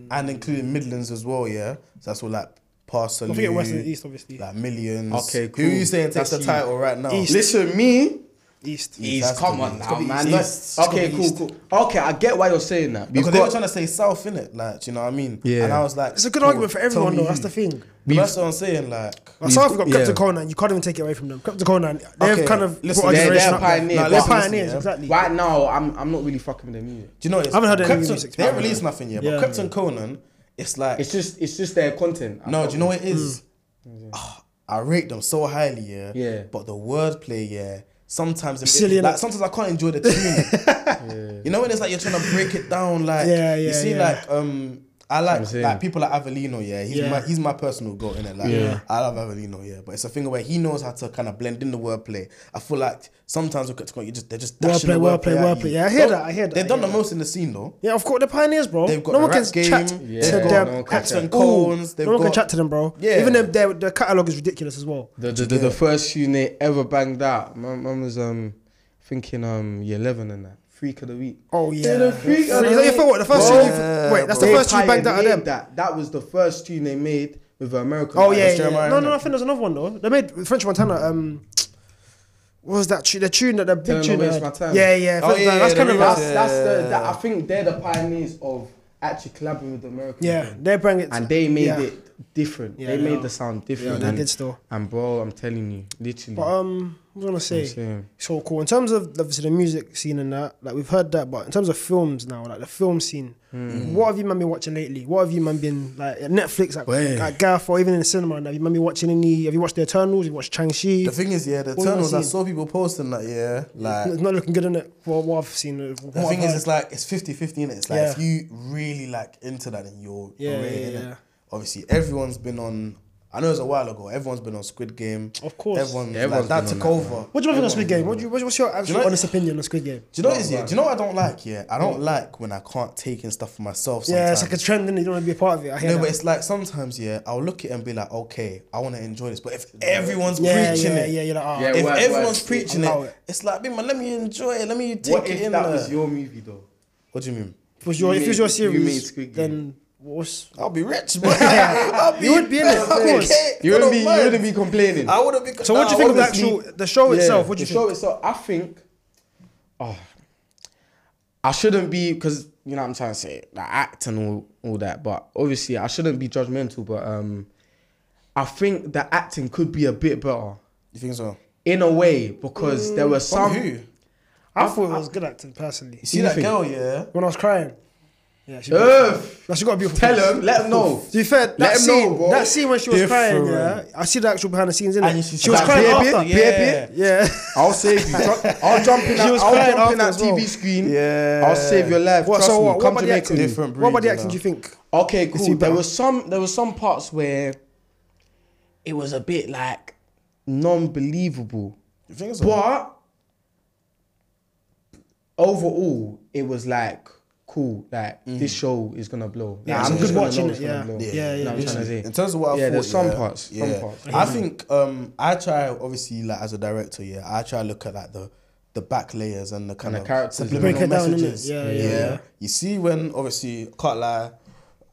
Speaker 2: and including Midlands as well. Yeah, so that's all like. Parcel,
Speaker 1: Don't forget West and East, obviously.
Speaker 2: Like millions.
Speaker 3: Okay,
Speaker 2: Who
Speaker 3: cool.
Speaker 2: you saying takes
Speaker 3: That's
Speaker 2: the
Speaker 3: you.
Speaker 2: title right now?
Speaker 1: East.
Speaker 3: Listen, me.
Speaker 1: East.
Speaker 3: East,
Speaker 2: has
Speaker 3: come
Speaker 2: to be.
Speaker 3: on
Speaker 2: It's
Speaker 3: now,
Speaker 2: gotta be
Speaker 3: man.
Speaker 2: East.
Speaker 3: Let's-
Speaker 2: It's gotta
Speaker 3: Okay,
Speaker 2: be
Speaker 3: cool,
Speaker 2: East.
Speaker 3: cool. Okay, I get why you're saying that. We've
Speaker 2: Because they were trying
Speaker 3: got,
Speaker 2: to say south in it, like do you know what I mean.
Speaker 3: Yeah.
Speaker 2: And I was like,
Speaker 1: It's a good
Speaker 2: cool,
Speaker 1: argument for
Speaker 2: tell
Speaker 1: everyone,
Speaker 2: me
Speaker 1: though.
Speaker 2: who.
Speaker 1: That's the thing.
Speaker 2: But that's what I'm saying. Like,
Speaker 1: Like, South Africa,
Speaker 3: yeah.
Speaker 1: Cryptoconan, you can't even take it away from them. Cryptoconan, they've
Speaker 2: Okay,
Speaker 1: kind of
Speaker 2: listen,
Speaker 1: brought a
Speaker 3: they're-
Speaker 1: generation
Speaker 3: they're
Speaker 1: up there.
Speaker 3: pioneers,
Speaker 1: They're
Speaker 3: but-
Speaker 1: pioneers,
Speaker 2: yeah.
Speaker 1: exactly.
Speaker 3: right now, I'm I'm not really fucking with their music.
Speaker 2: Do you know? It's,
Speaker 1: I haven't heard any
Speaker 2: Krypton,
Speaker 1: music,
Speaker 2: They haven't
Speaker 1: man.
Speaker 2: released nothing yet.
Speaker 1: Yeah.
Speaker 2: But Krypton Conan, it's like
Speaker 3: It's just it's just their content. I
Speaker 2: no.
Speaker 3: thought.
Speaker 2: Do you know what it is?
Speaker 1: Mm.
Speaker 2: Ah, I rate them so highly, yeah.
Speaker 3: Yeah.
Speaker 2: But the wordplay, yeah. Sometimes it,
Speaker 1: Silly,
Speaker 2: it, like
Speaker 1: innit?
Speaker 2: sometimes I can't enjoy the tune. You know when it's like you're trying to break it down, like
Speaker 1: Yeah, yeah,
Speaker 2: You see,
Speaker 1: yeah.
Speaker 2: like um. I like
Speaker 3: saying.
Speaker 2: like people like Avelino, yeah. He's
Speaker 1: Yeah.
Speaker 2: my he's my personal goat in it. Like
Speaker 3: Yeah.
Speaker 2: I love Avelino, yeah. But it's a thing where he knows how to kind of blend in the wordplay. I feel like sometimes with Krypton, you just they're just dashing the
Speaker 1: Wordplay,
Speaker 2: wordplay,
Speaker 1: wordplay,
Speaker 2: at
Speaker 1: wordplay.
Speaker 2: you.
Speaker 1: Yeah, I hear
Speaker 2: Don't-
Speaker 1: that, I hear that,
Speaker 2: They've
Speaker 1: I
Speaker 2: done
Speaker 1: hear
Speaker 2: the most in the scene though.
Speaker 1: Yeah, of course, they're pioneers, bro.
Speaker 2: They've got
Speaker 1: no
Speaker 2: the
Speaker 1: one can
Speaker 2: rap game,
Speaker 1: chat
Speaker 2: they've
Speaker 1: to
Speaker 3: got-
Speaker 1: them.
Speaker 3: no one can
Speaker 1: Cats
Speaker 3: chat.
Speaker 1: and cones.
Speaker 2: Ooh, they've
Speaker 1: no one can
Speaker 2: got-
Speaker 1: chat to them, bro.
Speaker 2: Yeah.
Speaker 1: Even their, their, their catalogue is ridiculous as well.
Speaker 3: The the, the, the first tune they ever banged out. My mum was um thinking um year eleven and that freak of the week.
Speaker 1: Oh yeah.
Speaker 3: the freak
Speaker 1: Is
Speaker 3: of the
Speaker 1: that your favorite? The first
Speaker 3: Bro.
Speaker 1: tune. you- Wait, that's the
Speaker 3: They
Speaker 1: first tune you banged out of
Speaker 3: pioneered
Speaker 1: them.
Speaker 3: That that was the first tune they made with uh, American.
Speaker 1: Oh
Speaker 3: Idol.
Speaker 1: yeah,
Speaker 2: That's
Speaker 1: yeah.
Speaker 2: Jeremiah,
Speaker 1: No, no,
Speaker 2: innit?
Speaker 1: I think there's another one though. They made French Montana. Um, what was that tune? The tune that the big
Speaker 3: Don't
Speaker 1: tune.
Speaker 3: waste
Speaker 1: they
Speaker 3: my
Speaker 1: had.
Speaker 3: time.
Speaker 1: Yeah, yeah.
Speaker 2: Oh,
Speaker 1: French Montana.
Speaker 2: yeah, yeah,
Speaker 1: That's
Speaker 2: the
Speaker 1: kind of
Speaker 2: remix,
Speaker 3: That's,
Speaker 1: us.
Speaker 2: yeah.
Speaker 3: that's the that, I think they're the pioneers of actually collaborating with the American.
Speaker 1: Yeah,
Speaker 3: people.
Speaker 1: they bring it.
Speaker 3: and they made
Speaker 1: yeah.
Speaker 3: it different.
Speaker 1: Yeah,
Speaker 3: they
Speaker 1: yeah.
Speaker 3: made the sound different.
Speaker 1: Yeah, they
Speaker 3: and,
Speaker 1: did still.
Speaker 3: And bro, I'm telling you, literally.
Speaker 1: But um, what was I
Speaker 3: I'm
Speaker 1: gonna say?
Speaker 3: saying.
Speaker 1: So cool. In terms of obviously the music scene and that, like we've heard that, but in terms of films now, like the film scene, what have you man been watching lately? What have you man been like at Netflix, like,
Speaker 2: Wait.
Speaker 1: like Gaff, or even in the cinema? and that? Have you man been watching any? Have you watched The Eternals? Have you watched Chang Chi?
Speaker 2: The thing is, yeah, the
Speaker 1: What you
Speaker 2: Eternals. I
Speaker 1: wanna see?
Speaker 2: saw people posting that, yeah. Like
Speaker 1: It's not looking good in it. For what I've seen, uh, what
Speaker 2: the
Speaker 1: I've
Speaker 2: thing is,
Speaker 1: heard.
Speaker 2: it's like it's 50-50 in it. It's like if
Speaker 1: Yeah.
Speaker 2: you really like into that, then you're
Speaker 1: Yeah,
Speaker 2: you're in
Speaker 1: yeah,
Speaker 2: it.
Speaker 1: yeah.
Speaker 2: Obviously, everyone's been on I know it's a while ago. Everyone's been on Squid Game.
Speaker 1: Of course.
Speaker 2: Everyone,
Speaker 3: Yeah, everyone's
Speaker 2: like, that
Speaker 3: been
Speaker 2: took
Speaker 3: on that,
Speaker 2: over.
Speaker 1: What do you think of Squid Game? What do you, what's what's your absolute
Speaker 2: know-
Speaker 1: honest opinion on Squid Game?
Speaker 2: Do you know what it is? Yeah? Do you know what I don't like? Yeah, I don't like when I can't take in stuff for myself. Sometimes.
Speaker 1: Yeah, it's like a trend, and you don't want to be a part of it. I hear
Speaker 2: No,
Speaker 1: that.
Speaker 2: but it's like sometimes, yeah, I'll look at it and be like, okay, I want to enjoy this. But if everyone's
Speaker 1: yeah,
Speaker 2: preaching
Speaker 1: yeah,
Speaker 2: it,
Speaker 1: yeah, you're like, oh,
Speaker 3: Yeah,
Speaker 2: if
Speaker 3: Word,
Speaker 2: everyone's
Speaker 3: word.
Speaker 2: preaching
Speaker 1: Allow
Speaker 2: it,
Speaker 1: it.
Speaker 2: it's like, man, let me enjoy it. Let me take
Speaker 3: What
Speaker 2: it
Speaker 3: if
Speaker 2: in.
Speaker 3: that
Speaker 2: there.
Speaker 3: was your movie though?
Speaker 2: what do you mean?
Speaker 1: if, it was your,
Speaker 3: you
Speaker 1: if it was
Speaker 3: made-
Speaker 1: your
Speaker 3: you made
Speaker 1: series,
Speaker 3: Squid Game.
Speaker 1: then what's
Speaker 2: I'll be rich, bro. I'll be,
Speaker 1: You would be in it, of
Speaker 2: I'll be
Speaker 1: course.
Speaker 2: cake.
Speaker 3: You
Speaker 2: I
Speaker 3: wouldn't
Speaker 2: don't
Speaker 3: be. You
Speaker 2: mind.
Speaker 3: wouldn't be complaining.
Speaker 2: I wouldn't be.
Speaker 1: So what do you
Speaker 2: Nah,
Speaker 1: think of the
Speaker 2: honestly,
Speaker 1: actual the show itself? What do you
Speaker 3: the
Speaker 1: think?
Speaker 3: show itself. I think. Oh, I shouldn't be because you know what I'm trying to say like act and all, all that, but obviously I shouldn't be judgmental. But um, I think the acting could be a bit better
Speaker 2: You think so?
Speaker 3: in a way because there were
Speaker 2: From
Speaker 3: some.
Speaker 2: who? You
Speaker 1: Mm. I thought it was good acting personally.
Speaker 2: see
Speaker 3: you
Speaker 2: that
Speaker 3: think?
Speaker 2: girl, yeah?
Speaker 1: When I was crying, yeah, she.
Speaker 3: Earth,
Speaker 1: Now she got a beautiful.
Speaker 3: Uh, tell
Speaker 1: face.
Speaker 3: him, let him know.
Speaker 1: To be fair, that
Speaker 3: Let him know,
Speaker 1: scene,
Speaker 3: bro.
Speaker 1: that scene when she was crying, yeah,
Speaker 2: Different.
Speaker 1: I see the actual behind the scenes in it.
Speaker 2: And
Speaker 1: She
Speaker 2: she's
Speaker 1: was
Speaker 2: like,
Speaker 1: crying
Speaker 2: baby,
Speaker 1: after.
Speaker 2: yeah.
Speaker 1: Yeah,
Speaker 3: I'll save you. I'll jump in. That,
Speaker 1: was crying
Speaker 3: I'll jump
Speaker 1: after
Speaker 3: in that
Speaker 1: as well.
Speaker 3: TV screen.
Speaker 2: Yeah.
Speaker 3: I'll save your life.
Speaker 1: What?
Speaker 3: Trust
Speaker 1: So
Speaker 3: me.
Speaker 1: what? What
Speaker 3: Come
Speaker 1: about
Speaker 3: to
Speaker 1: the
Speaker 3: make
Speaker 1: acting?
Speaker 3: me.
Speaker 2: Different breed,
Speaker 1: What about the
Speaker 2: you
Speaker 1: acting?
Speaker 2: know.
Speaker 1: Do you think?
Speaker 3: Okay, cool.
Speaker 1: he
Speaker 3: There
Speaker 1: bad?
Speaker 3: was some there was some parts where it was a bit like non-believable.
Speaker 2: You think so?
Speaker 3: But overall, it was like cool. Like this show is gonna blow. Like,
Speaker 1: Mm. Yeah, it's
Speaker 3: I'm
Speaker 1: good
Speaker 3: just gonna
Speaker 1: watching
Speaker 3: know
Speaker 1: it,
Speaker 3: it's gonna
Speaker 1: yeah.
Speaker 3: blow.
Speaker 1: Yeah, yeah,
Speaker 3: You know what I'm
Speaker 1: yeah.
Speaker 3: trying to say.
Speaker 2: In terms of what I
Speaker 3: yeah,
Speaker 2: thought,
Speaker 3: there's some
Speaker 2: yeah,
Speaker 3: parts. Some parts.
Speaker 2: I think um, I try obviously like as a director, yeah, I try to look at like the the back layers and the kind
Speaker 3: the
Speaker 2: of
Speaker 3: characters, yeah.
Speaker 2: subliminal
Speaker 1: Break it down, innit?
Speaker 2: messages.
Speaker 1: Yeah, yeah, yeah.
Speaker 2: You see when obviously can't lie.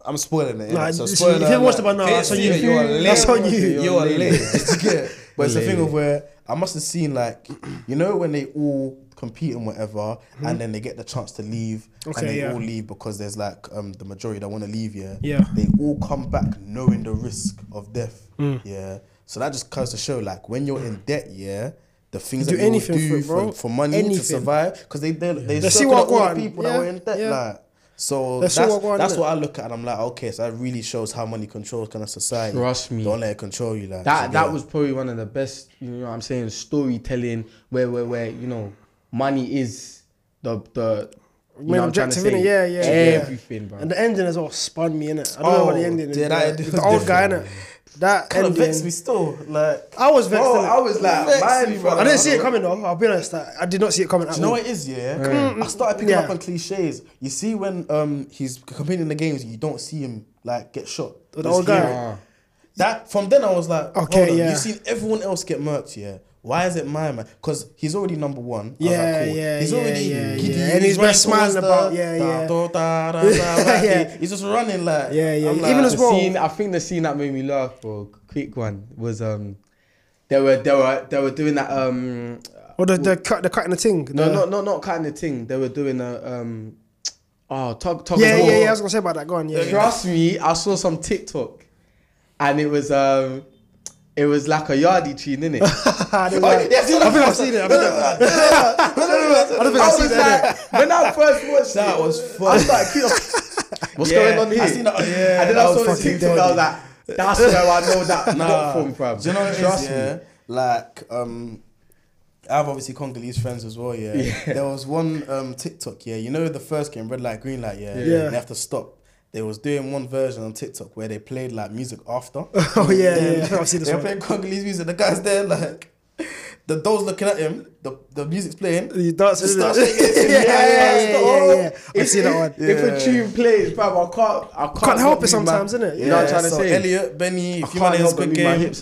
Speaker 2: I'm spoiling it. innit?
Speaker 1: Nah,
Speaker 2: so
Speaker 1: if you-
Speaker 2: spoiler,
Speaker 1: if you watched it by
Speaker 2: like,
Speaker 1: now,
Speaker 2: can't
Speaker 1: that's on
Speaker 2: see it,
Speaker 1: you.
Speaker 2: are late.
Speaker 1: That's on you.
Speaker 2: You're
Speaker 3: You're
Speaker 2: late. Just get it. But it's a thing
Speaker 3: Late.
Speaker 2: of where I must have seen like you know when they all compete and whatever, and then they get the chance to leave,
Speaker 1: Mm-hmm. Okay,
Speaker 2: and they
Speaker 1: yeah.
Speaker 2: all leave because there's like um the majority that want to leave. Yeah,
Speaker 1: Yeah.
Speaker 2: they all come back knowing the risk of death.
Speaker 1: Mm.
Speaker 2: Yeah. So that just goes to show, like, when you're in debt, yeah, the things
Speaker 1: Do
Speaker 2: that you will
Speaker 1: anything for
Speaker 2: do
Speaker 1: it, bro.
Speaker 2: for, for money
Speaker 1: Anything.
Speaker 2: to survive, because they they they,
Speaker 1: They see
Speaker 2: circle
Speaker 1: what
Speaker 2: up all
Speaker 1: go
Speaker 2: the
Speaker 1: on.
Speaker 2: people
Speaker 1: Yeah,
Speaker 2: that were in debt,
Speaker 1: yeah.
Speaker 2: like. So
Speaker 1: They see
Speaker 2: that's
Speaker 1: what go on,
Speaker 2: that's
Speaker 1: innit?
Speaker 2: what I look at, and I'm like, okay, so that really shows how money controls kind of society.
Speaker 3: Trust me.
Speaker 2: don't let it control you, like
Speaker 3: That
Speaker 2: so,
Speaker 3: that
Speaker 2: yeah.
Speaker 3: was probably one of the best, you know what I'm saying, storytelling where where where, you know, money is the the you
Speaker 1: Main
Speaker 3: know what I'm trying to
Speaker 1: objective, innit?
Speaker 3: say,
Speaker 1: Yeah, yeah, yeah.
Speaker 3: Everything, bro.
Speaker 1: And the ending as well spun me in it. I don't know
Speaker 2: Oh,
Speaker 1: what the ending is.
Speaker 2: yeah,
Speaker 1: but
Speaker 2: that ending
Speaker 1: it's
Speaker 2: was
Speaker 1: the old guy in
Speaker 2: different.
Speaker 1: it. That
Speaker 2: kind of
Speaker 1: ending.
Speaker 2: vexed me still, like.
Speaker 1: I was vexed.
Speaker 2: Bro,
Speaker 1: innit?
Speaker 2: I was like,
Speaker 1: Vexed
Speaker 2: man,
Speaker 1: me,
Speaker 2: bro.
Speaker 1: I didn't see it coming though. I'll be honest. I, I did not see it coming at
Speaker 2: Do you know
Speaker 1: all. Mm.
Speaker 2: what it is, yeah? I started picking
Speaker 1: Yeah.
Speaker 2: up on cliches. You see when um he's competing in the games, you don't see him like get shot.
Speaker 1: The
Speaker 2: Just
Speaker 1: old
Speaker 2: hear
Speaker 1: guy.
Speaker 2: it. That from then I was like,
Speaker 1: Okay,
Speaker 2: okay,
Speaker 1: yeah.
Speaker 2: You've seen everyone else get murked, yeah. Why is it my man? Because he's already number one. I was
Speaker 1: Yeah,
Speaker 2: like, cool.
Speaker 1: yeah,
Speaker 2: He's
Speaker 1: yeah,
Speaker 2: already
Speaker 1: yeah, yeah.
Speaker 2: giddy,
Speaker 1: And he's
Speaker 2: running
Speaker 1: been smiling
Speaker 2: towards
Speaker 1: about-
Speaker 2: the-
Speaker 1: yeah,
Speaker 2: da,
Speaker 1: yeah.
Speaker 2: da, da, da, da, da.
Speaker 1: Yeah.
Speaker 2: He's just running like
Speaker 1: Yeah, yeah.
Speaker 2: I'm
Speaker 1: Even
Speaker 2: like,
Speaker 1: as
Speaker 3: The
Speaker 1: well-
Speaker 3: scene, I think the scene that made me laugh, bro, quick one, was um they were they were they were doing that um
Speaker 1: Or the, the cut, the cut in the thing.
Speaker 3: no
Speaker 1: the,
Speaker 3: not not not kind of thing. They were doing a um oh tug tug
Speaker 1: Yeah,
Speaker 3: of
Speaker 1: yeah,
Speaker 3: war.
Speaker 1: yeah. I was gonna say about that. Go on. Yeah. yeah.
Speaker 3: Trust me, I saw some TikTok and it was um it was like a yardie tune, innit?
Speaker 1: I didn't like-
Speaker 2: yes, you know-
Speaker 1: I think I've seen it. I think I've-
Speaker 2: I
Speaker 1: I don't think
Speaker 3: I
Speaker 1: I've
Speaker 3: was
Speaker 1: seen that.
Speaker 3: like, when I first watched
Speaker 2: That
Speaker 3: it,
Speaker 2: was
Speaker 3: I
Speaker 2: fun.
Speaker 3: was like, what's
Speaker 2: Yeah,
Speaker 3: going on here?
Speaker 2: I seen that- yeah,
Speaker 3: and then
Speaker 2: that
Speaker 3: I
Speaker 2: was
Speaker 3: saw the
Speaker 2: fucking
Speaker 3: TikTok, I was like, that's where I know that
Speaker 2: Nah.
Speaker 3: not from, fam.
Speaker 2: Uh, Do you know what it is,
Speaker 3: Trust me.
Speaker 2: yeah? Like, um, I have obviously Congolese friends as well, yeah. There was one um, TikTok, yeah. You know the first game, red light, green light, yeah.
Speaker 1: Yeah.
Speaker 2: They have to stop. They was doing one version on TikTok where they played like music after.
Speaker 1: Oh yeah,
Speaker 2: Then
Speaker 1: yeah. yeah. I've seen this
Speaker 2: They're
Speaker 1: one.
Speaker 2: playing Congolese music. The guy's there like. The doll's looking at him. The the music's playing.
Speaker 1: You dance
Speaker 2: Just
Speaker 1: in it.
Speaker 2: start shaking his
Speaker 1: Yeah,
Speaker 2: head,
Speaker 1: yeah,
Speaker 2: yeah,
Speaker 1: yeah,
Speaker 2: stop.
Speaker 1: yeah, yeah. I've
Speaker 3: If-
Speaker 1: seen that
Speaker 3: if-
Speaker 1: one.
Speaker 3: If
Speaker 2: Yeah.
Speaker 3: a tune plays, fam, I can't, I can't,
Speaker 1: Can't help
Speaker 3: not
Speaker 1: it
Speaker 3: move my-
Speaker 1: sometimes, innit?
Speaker 3: You know what I'm
Speaker 2: Yeah,
Speaker 3: trying to
Speaker 2: so
Speaker 3: say?
Speaker 2: Elliot, Benny, if you
Speaker 3: I can't
Speaker 2: want to
Speaker 3: help but
Speaker 2: good
Speaker 3: move
Speaker 2: game,
Speaker 3: my hips,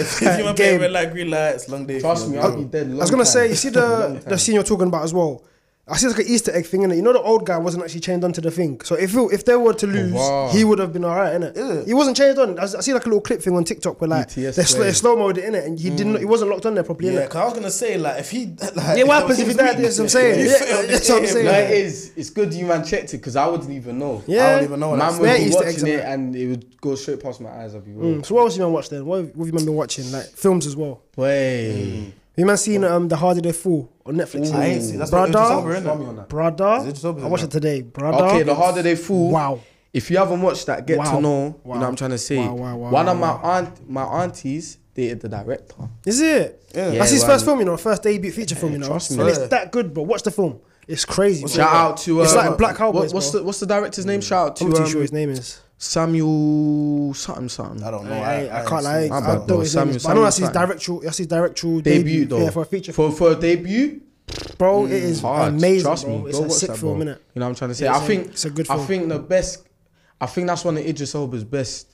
Speaker 2: if, if you want to play
Speaker 1: Game.
Speaker 2: red light, green light, it's long day. for
Speaker 3: Trust
Speaker 2: you,
Speaker 3: me,
Speaker 2: bro.
Speaker 3: I'll be dead. Long
Speaker 1: Oh. I was gonna
Speaker 3: time.
Speaker 1: say, you see
Speaker 3: Long
Speaker 1: the
Speaker 3: time.
Speaker 1: the scene you're talking about as well. I see it's like an Easter egg thing in it. You know, the old guy wasn't actually chained onto the thing. So if it, if they were
Speaker 2: Oh,
Speaker 1: to lose,
Speaker 3: wow.
Speaker 1: he would have been alright in it. He wasn't chained on. I, s- I see like a little clip thing on TikTok where like
Speaker 3: BTS
Speaker 1: they, sl-
Speaker 3: player.
Speaker 1: they slow mode it in it, and he didn't. He wasn't locked on there properly.
Speaker 2: Mm. Yeah,
Speaker 1: innit?
Speaker 2: cause I was gonna say like if he like
Speaker 1: Yeah, what happens if he died?
Speaker 2: weak,
Speaker 1: That's what I'm saying.
Speaker 2: you
Speaker 1: Yeah,
Speaker 2: failed
Speaker 1: that's
Speaker 2: the
Speaker 1: what I'm
Speaker 2: game,
Speaker 1: saying.
Speaker 3: No,
Speaker 2: like,
Speaker 3: it is. It's good you man checked it because I wouldn't even know.
Speaker 1: Yeah.
Speaker 2: I don't even know what
Speaker 3: Man
Speaker 2: that's-
Speaker 3: would
Speaker 1: Yeah,
Speaker 3: be
Speaker 1: Easter eggs
Speaker 3: watching
Speaker 1: are
Speaker 3: it and it would go straight past my eyes. I'd be wrong.
Speaker 1: Mm, So what else you man watched then? What have, what have you man been watching? Like films as well.
Speaker 3: Wait.
Speaker 1: You man seen um the Harder They Fall on Netflix?
Speaker 2: I ain't seen that's
Speaker 1: brother,
Speaker 2: what Idris Elba, innit?
Speaker 3: Tell me on that.
Speaker 2: Is it just
Speaker 1: brother.
Speaker 2: open
Speaker 1: I watched
Speaker 2: now?
Speaker 1: it today, brother.
Speaker 3: Mm. Okay, the harder they fall.
Speaker 1: Wow.
Speaker 3: If you haven't watched that, get
Speaker 1: Wow.
Speaker 3: to know.
Speaker 1: Wow.
Speaker 3: You know what I'm trying to say.
Speaker 1: Wow, wow, wow,
Speaker 3: One
Speaker 1: wow,
Speaker 3: of my aunt, my aunties dated the director.
Speaker 1: Is it?
Speaker 2: Yeah.
Speaker 1: That's
Speaker 3: Yeah,
Speaker 1: his
Speaker 3: well,
Speaker 1: first film, you know, first debut feature film, you know.
Speaker 3: trust me.
Speaker 1: And it's
Speaker 2: Yeah.
Speaker 1: that good, bro. Watch the film. It's crazy. bro.
Speaker 3: Shout out to uh,
Speaker 1: It's like Black
Speaker 3: what-
Speaker 1: Cowboys,
Speaker 3: what's
Speaker 1: bro. Mm.
Speaker 3: the what's the director's name? Shout out to
Speaker 1: I'm not too
Speaker 3: um,
Speaker 1: sure his name is.
Speaker 3: Samuel something something.
Speaker 2: I don't know.
Speaker 1: I, I, I can't lie.
Speaker 2: ain't
Speaker 3: My
Speaker 1: I
Speaker 2: seen
Speaker 1: don't know
Speaker 2: that
Speaker 3: bad, bro.
Speaker 2: one.
Speaker 1: his name
Speaker 3: Samuel-
Speaker 1: is, but I know that's his
Speaker 3: Samuel Simon.
Speaker 1: directorial. That's his directorial
Speaker 3: debut,
Speaker 1: debut,
Speaker 3: though.
Speaker 1: Yeah, for a feature.
Speaker 3: For for a debut,
Speaker 1: bro, it is
Speaker 3: hard.
Speaker 1: amazing.
Speaker 3: Trust
Speaker 1: bro.
Speaker 3: me,
Speaker 1: It's
Speaker 3: go
Speaker 1: a
Speaker 3: watch
Speaker 1: sick
Speaker 3: that,
Speaker 1: film,
Speaker 3: bro.
Speaker 1: innit?
Speaker 3: You know what I'm trying to say.
Speaker 1: Yeah,
Speaker 3: I
Speaker 1: it's a-
Speaker 3: think
Speaker 1: it's a good
Speaker 3: I
Speaker 1: film.
Speaker 3: think the best. I think that's one of Idris Elba's best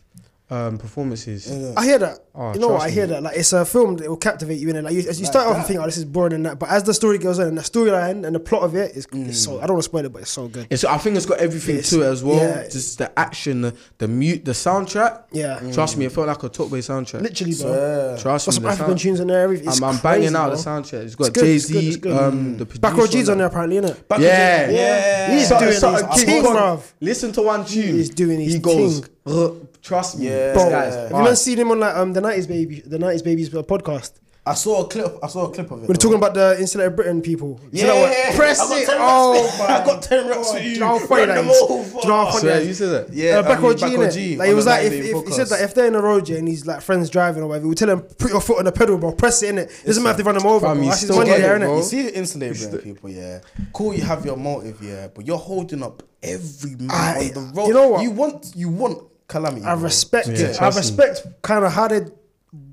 Speaker 3: um, performances.
Speaker 1: I hear that.
Speaker 3: Oh,
Speaker 1: you know what?
Speaker 3: trust
Speaker 1: I hear
Speaker 3: me.
Speaker 1: that. Like it's a film that will captivate you in it. Like you, as you start off, you think, "Oh, this is boring," and that. But as the story goes on, and the storyline and the plot of it is, is so. I don't want to spoil it, but it's so good.
Speaker 3: Mm. It's, I think it's got everything
Speaker 1: It's-
Speaker 3: to it as well.
Speaker 1: yeah.
Speaker 3: Just the action, the, the mute, the soundtrack.
Speaker 1: Yeah.
Speaker 3: Trust me, it felt like a top way soundtrack.
Speaker 1: Literally, bro.
Speaker 2: Yeah.
Speaker 3: Trust
Speaker 1: Got
Speaker 3: me,
Speaker 1: some
Speaker 3: the
Speaker 1: African
Speaker 3: sound-
Speaker 1: tunes in there. Everything. It's
Speaker 3: I'm, I'm
Speaker 1: crazy,
Speaker 3: banging out
Speaker 1: bro.
Speaker 3: the soundtrack. It's got
Speaker 1: It's good,
Speaker 3: Jay
Speaker 1: it's good, it's
Speaker 3: Z,
Speaker 1: good.
Speaker 3: um, the producer.
Speaker 1: Backroad G's on there apparently, innit?
Speaker 2: Back
Speaker 3: Yeah,
Speaker 2: in the- yeah.
Speaker 1: He's
Speaker 3: Something-
Speaker 1: doing his
Speaker 3: something
Speaker 1: thing,
Speaker 3: King,
Speaker 1: bruv.
Speaker 3: Listen to one tune.
Speaker 1: He's doing his
Speaker 3: He goes.
Speaker 1: thing.
Speaker 3: "Ruh." Trust me,
Speaker 2: Yeah.
Speaker 3: this
Speaker 1: Bro,
Speaker 3: guy is
Speaker 1: have you
Speaker 3: hard.
Speaker 1: man seen him on like um the nineties baby the nineties babies podcast?
Speaker 2: I saw a clip. I saw a clip of it.
Speaker 1: We're talking about the insular Britain people. You see that one? press
Speaker 2: I got
Speaker 1: it.
Speaker 2: 10 reps.
Speaker 1: Oh my
Speaker 2: I got ten reps for
Speaker 1: Do
Speaker 2: you.
Speaker 1: you know how funny
Speaker 2: Run
Speaker 1: that
Speaker 2: them
Speaker 1: is?
Speaker 2: over.
Speaker 1: Do you know how funny
Speaker 3: Swear,
Speaker 1: that
Speaker 3: you
Speaker 1: is?
Speaker 3: said that.
Speaker 2: Yeah,
Speaker 1: uh, back
Speaker 2: I mean,
Speaker 1: OG,
Speaker 2: back
Speaker 1: innit?
Speaker 2: OG
Speaker 1: Like
Speaker 2: on
Speaker 1: it was
Speaker 2: the
Speaker 1: like if,
Speaker 2: Nine Day
Speaker 1: if he said
Speaker 2: Podcast.
Speaker 1: that if they're in the road yeah, and he's like friends driving or whatever, we tell him put your foot on the pedal, bro. Press it in it. Doesn't matter if they run them over.
Speaker 3: Fam,
Speaker 1: bro.
Speaker 3: he's
Speaker 1: That's his
Speaker 3: still
Speaker 1: money
Speaker 3: got it,
Speaker 1: there,
Speaker 3: bro.
Speaker 2: You
Speaker 1: innit?
Speaker 2: see the insulating people, yeah. Cool, you have your motive, yeah, but you're holding up every man
Speaker 1: I-
Speaker 2: on the road.
Speaker 1: you know what?
Speaker 2: You want, you want calamity.
Speaker 1: I
Speaker 2: bro.
Speaker 1: respect
Speaker 3: Yeah,
Speaker 1: it. I
Speaker 3: trust me.
Speaker 1: respect kind of how they,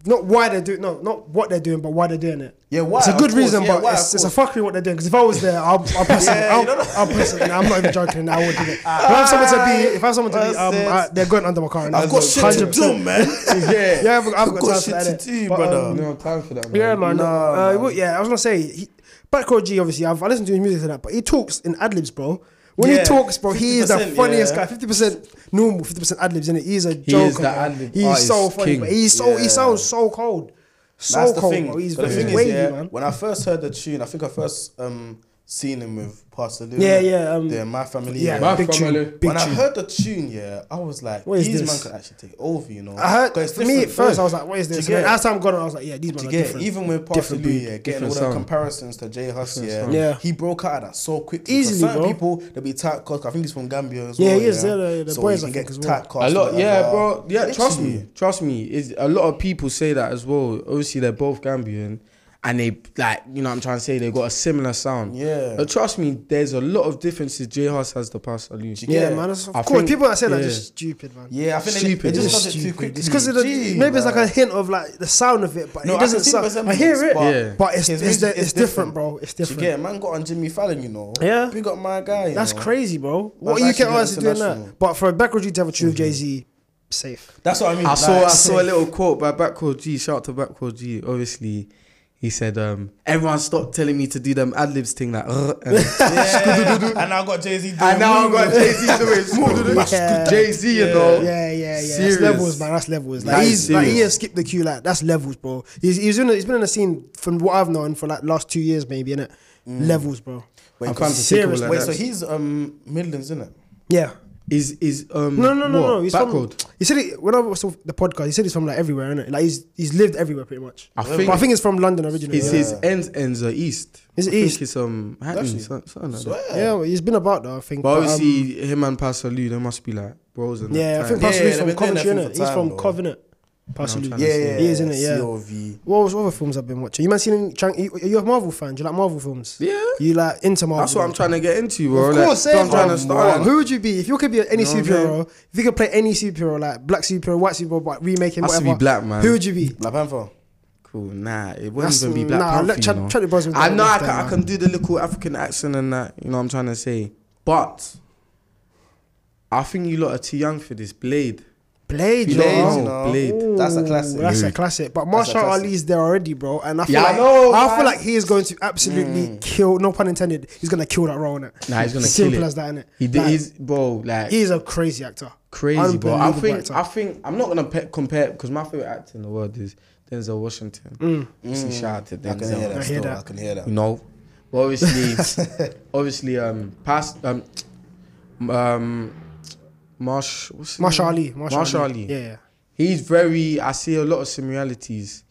Speaker 1: not why they're doing, no, not what they're doing, but why they're doing it.
Speaker 2: Yeah, why,
Speaker 1: It's a
Speaker 2: of
Speaker 1: good
Speaker 2: course.
Speaker 1: reason,
Speaker 2: Yeah,
Speaker 1: but
Speaker 2: why,
Speaker 1: it's,
Speaker 2: of
Speaker 1: it's a fuckery what they're doing. Because if I was there, I'll, I'll press it.
Speaker 2: Yeah,
Speaker 1: I'll,
Speaker 2: you don't know.
Speaker 1: I'll press it. Nah, I'm not even joking. I would do it. If I have someone to be, if I have someone to be,
Speaker 2: That's
Speaker 1: um,
Speaker 2: it.
Speaker 1: I, they're going under my car.
Speaker 2: I've got shit to do, man.
Speaker 3: yeah.
Speaker 1: Yeah, I've, I've
Speaker 2: I've
Speaker 1: got,
Speaker 2: got
Speaker 1: time
Speaker 2: shit
Speaker 1: for that,
Speaker 2: to
Speaker 1: innit?
Speaker 2: do,
Speaker 1: But,
Speaker 2: brother.
Speaker 1: um,
Speaker 3: No time for that. Man.
Speaker 1: yeah, man.
Speaker 2: Nah,
Speaker 1: uh,
Speaker 2: man.
Speaker 1: well, yeah, I was gonna say, he, Backroad G. Obviously, I've I listened to his music and that, but he talks in ad libs, bro. When he
Speaker 2: Yeah,
Speaker 1: talks, bro, he is the
Speaker 2: 50%,
Speaker 1: funniest
Speaker 2: yeah.
Speaker 1: guy. Fifty percent normal, fifty percent ad libs, and he's a joker.
Speaker 3: the
Speaker 1: bro.
Speaker 3: ad-lib
Speaker 1: He's so
Speaker 3: artist
Speaker 1: funny,
Speaker 3: king.
Speaker 1: but he's so he
Speaker 2: Yeah.
Speaker 1: sounds so cold, so
Speaker 2: That's the
Speaker 1: cold.
Speaker 2: thing.
Speaker 1: Bro. He's
Speaker 2: But the
Speaker 1: very
Speaker 2: thing
Speaker 1: wavy,
Speaker 2: is, yeah,
Speaker 1: man.
Speaker 2: when I first heard the tune, I think I first um seen him with Pasadena.
Speaker 1: Yeah, yeah, um,
Speaker 2: yeah, my family.
Speaker 1: Yeah,
Speaker 3: My
Speaker 1: big tune,
Speaker 3: family.
Speaker 1: big
Speaker 2: when I
Speaker 1: tune.
Speaker 2: heard the tune, yeah, I was like,
Speaker 1: What is
Speaker 2: these
Speaker 1: this?
Speaker 2: man can actually take over, you know.
Speaker 1: I heard
Speaker 2: 'Cause it's
Speaker 1: for me at
Speaker 2: different.
Speaker 1: first, I was like, "What is
Speaker 2: Do you
Speaker 1: this?"
Speaker 2: get
Speaker 1: man?
Speaker 2: it?
Speaker 1: As time gone on, I was like, "Yeah, these
Speaker 2: Do
Speaker 1: men
Speaker 2: you
Speaker 1: are
Speaker 2: get it?
Speaker 1: different."
Speaker 2: even with
Speaker 1: different
Speaker 2: Pasadena,
Speaker 1: beat,
Speaker 2: yeah, getting all
Speaker 3: different
Speaker 2: the
Speaker 3: sound.
Speaker 2: comparisons to Jay Huss, yeah,
Speaker 3: sound.
Speaker 1: Yeah.
Speaker 2: he broke out of that so quickly. 'Cause
Speaker 1: Easily,
Speaker 2: certain
Speaker 1: bro.
Speaker 2: people they be tight cause I think he's from Gambia as
Speaker 1: Yeah,
Speaker 2: well.
Speaker 1: he is, yeah, the- the
Speaker 2: so
Speaker 1: boys,
Speaker 2: you
Speaker 1: I
Speaker 2: can
Speaker 1: think,
Speaker 2: get
Speaker 1: as well.
Speaker 2: tight
Speaker 3: A
Speaker 2: cast.
Speaker 3: lot,
Speaker 2: whatever.
Speaker 3: yeah, bro. Yeah, trust
Speaker 2: Literally.
Speaker 3: me, trust me. Is a lot of people say that as well. Obviously, they're both Gambian, and they like you know what I'm trying to say they got a similar sound.
Speaker 2: Yeah.
Speaker 3: but trust me, there's a lot of differences. J Huss has the past alone.
Speaker 2: Do you
Speaker 1: yeah,
Speaker 2: get it?
Speaker 1: man. That's, of
Speaker 3: I
Speaker 1: course,
Speaker 3: think-
Speaker 1: people that say that are
Speaker 3: yeah.
Speaker 1: just stupid, man.
Speaker 2: Yeah, I think
Speaker 3: Stupid.
Speaker 2: they, they
Speaker 3: It's
Speaker 2: just done it too
Speaker 1: stupid.
Speaker 2: quickly.
Speaker 1: It's because
Speaker 2: Gee,
Speaker 1: maybe it's like
Speaker 2: man.
Speaker 1: a hint of like the sound of it, but
Speaker 2: No,
Speaker 1: it
Speaker 2: I
Speaker 1: doesn't
Speaker 2: can see the
Speaker 1: sound. I hear
Speaker 2: resemblance,
Speaker 1: it,
Speaker 2: but
Speaker 3: Yeah.
Speaker 1: but it's
Speaker 2: his
Speaker 1: it's,
Speaker 2: music
Speaker 1: di- it's,
Speaker 2: is
Speaker 1: different,
Speaker 2: different.
Speaker 1: bro. It's
Speaker 2: Do you
Speaker 1: different.
Speaker 2: get it? man got on Jimmy Fallon, you know.
Speaker 1: Yeah.
Speaker 2: big up my guy. you
Speaker 1: That's
Speaker 2: know.
Speaker 1: crazy, bro. What
Speaker 2: That's
Speaker 1: are you can
Speaker 2: actually
Speaker 1: honestly doing that?
Speaker 2: international. Mm-hmm.
Speaker 1: But for a backroad to have a tune with Jay Z, safe.
Speaker 2: That's what I mean.
Speaker 3: I saw I
Speaker 2: like,
Speaker 3: saw a little quote by Backcourt G. Shout out to Backcourt G. Obviously, he said, um, "Everyone stopped telling me to do them ad libs thing like." "Ugh," and-
Speaker 2: Yeah, and I got Jay Z.
Speaker 3: and now I've got Jay Z doing
Speaker 1: Yeah.
Speaker 3: Jay Z, you
Speaker 2: Yeah.
Speaker 3: know.
Speaker 1: Yeah, yeah, yeah.
Speaker 3: Serious.
Speaker 1: That's levels, man. That's levels. Like
Speaker 3: That is
Speaker 1: he's like he
Speaker 3: serious.
Speaker 1: has skipped the queue. Like that's levels, bro. He's he's, in the, he's been in the scene from what I've known for like last two years, maybe, innit? Levels, bro.
Speaker 2: Wait,
Speaker 3: I've come to
Speaker 1: Serious,
Speaker 3: think of Mm. it like
Speaker 2: Wait,
Speaker 3: that.
Speaker 2: so he's um Midlands, isn't it?
Speaker 1: Yeah.
Speaker 3: Is is um
Speaker 1: No, no, no,
Speaker 3: what?
Speaker 1: no. He's
Speaker 3: Backroad?
Speaker 1: from. He said it when I saw the podcast. He said he's from like everywhere, innit? Like he's he's lived everywhere pretty much.
Speaker 3: I
Speaker 1: But
Speaker 3: think
Speaker 1: I think it's from London originally.
Speaker 3: his
Speaker 1: Yeah,
Speaker 3: his ends ends are east.
Speaker 1: Is it
Speaker 3: I think
Speaker 1: east?
Speaker 3: It's um Hackney,
Speaker 2: Actually.
Speaker 3: so- something like that.
Speaker 2: Swear.
Speaker 1: yeah well, he's been about though. I think.
Speaker 3: But
Speaker 1: But, um,
Speaker 3: obviously him and Pasalu, they must be like bros and
Speaker 1: yeah, I
Speaker 3: that
Speaker 1: think
Speaker 3: time.
Speaker 1: Pastor
Speaker 2: Pas- Yeah,
Speaker 1: Lou's
Speaker 2: they've
Speaker 1: from
Speaker 2: been doing
Speaker 1: Coventry,
Speaker 2: that
Speaker 1: innit?
Speaker 2: for
Speaker 1: He's
Speaker 2: time,
Speaker 1: from
Speaker 2: though.
Speaker 1: Covenant. Pastor Lou.
Speaker 3: trying to
Speaker 2: Yeah,
Speaker 3: Yeah,
Speaker 2: yeah,
Speaker 1: he is, innit? Yeah.
Speaker 2: COV.
Speaker 1: What was other films I've been watching? You man seen any? Chang- you- Are you a Marvel fan? Do you like Marvel films?
Speaker 3: yeah.
Speaker 1: You like into Marvel?
Speaker 3: That's what I'm trying to get into, bro.
Speaker 1: Of
Speaker 3: Like,
Speaker 1: course,
Speaker 3: so
Speaker 1: yeah,
Speaker 3: I'm trying
Speaker 1: bro.
Speaker 3: to start.
Speaker 1: Who would you be if you could be any
Speaker 3: You know what I'm
Speaker 1: superhero? If you could play any superhero, like black superhero, white superhero, but remake him,
Speaker 3: Has to
Speaker 1: whatever.
Speaker 3: be black, man.
Speaker 1: Who would you be?
Speaker 2: Black Panther.
Speaker 3: Cool, nah, it wouldn't
Speaker 1: That's-
Speaker 3: even be Black
Speaker 1: nah,
Speaker 3: Panther.
Speaker 1: let Chad-
Speaker 3: you know.
Speaker 1: Chadwick Boseman
Speaker 3: I know I
Speaker 1: left
Speaker 3: can,
Speaker 1: there,
Speaker 3: I
Speaker 1: man.
Speaker 3: can do the little African accent and that. You know what I'm trying to say, but I think you lot are too young for this. Blade,
Speaker 1: Blade, yo.
Speaker 3: you lot
Speaker 2: Blade,
Speaker 3: know, oh,
Speaker 2: you know.
Speaker 3: Blade.
Speaker 1: Ooh,
Speaker 2: That's a classic.
Speaker 1: That's a
Speaker 3: Dude.
Speaker 1: classic. But
Speaker 2: That's a
Speaker 1: Marshall
Speaker 2: classic.
Speaker 1: Ali's there already, bro, and I feel
Speaker 3: Yeah, I
Speaker 1: like
Speaker 3: know,
Speaker 1: I feel
Speaker 3: man. Mm.
Speaker 1: like he is going to absolutely kill. No pun intended. He's gonna kill that role in it.
Speaker 3: Nah, he's gonna
Speaker 1: Simple
Speaker 3: kill it.
Speaker 1: as that, innit?
Speaker 3: He did.
Speaker 1: Like,
Speaker 3: he's bro, like
Speaker 1: he is a crazy actor.
Speaker 3: crazy, bro. I
Speaker 1: Unbelievable
Speaker 3: think
Speaker 1: actor.
Speaker 3: I think I'm not gonna pe- compare because my favorite actor in the world is Denzel Washington. Obviously, shout out to
Speaker 2: I can hear
Speaker 3: Denzel.
Speaker 2: that.
Speaker 1: Mm. I hear
Speaker 2: still,
Speaker 1: that.
Speaker 2: I can hear that.
Speaker 3: You know, but obviously, obviously, um, past um, um, Marsh, what's his
Speaker 1: Marshall
Speaker 3: name?
Speaker 1: Ali. Marshall,
Speaker 3: Marshall
Speaker 1: Ali.
Speaker 3: Ali.
Speaker 1: Yeah, yeah.
Speaker 3: He's very. I see a lot of similarities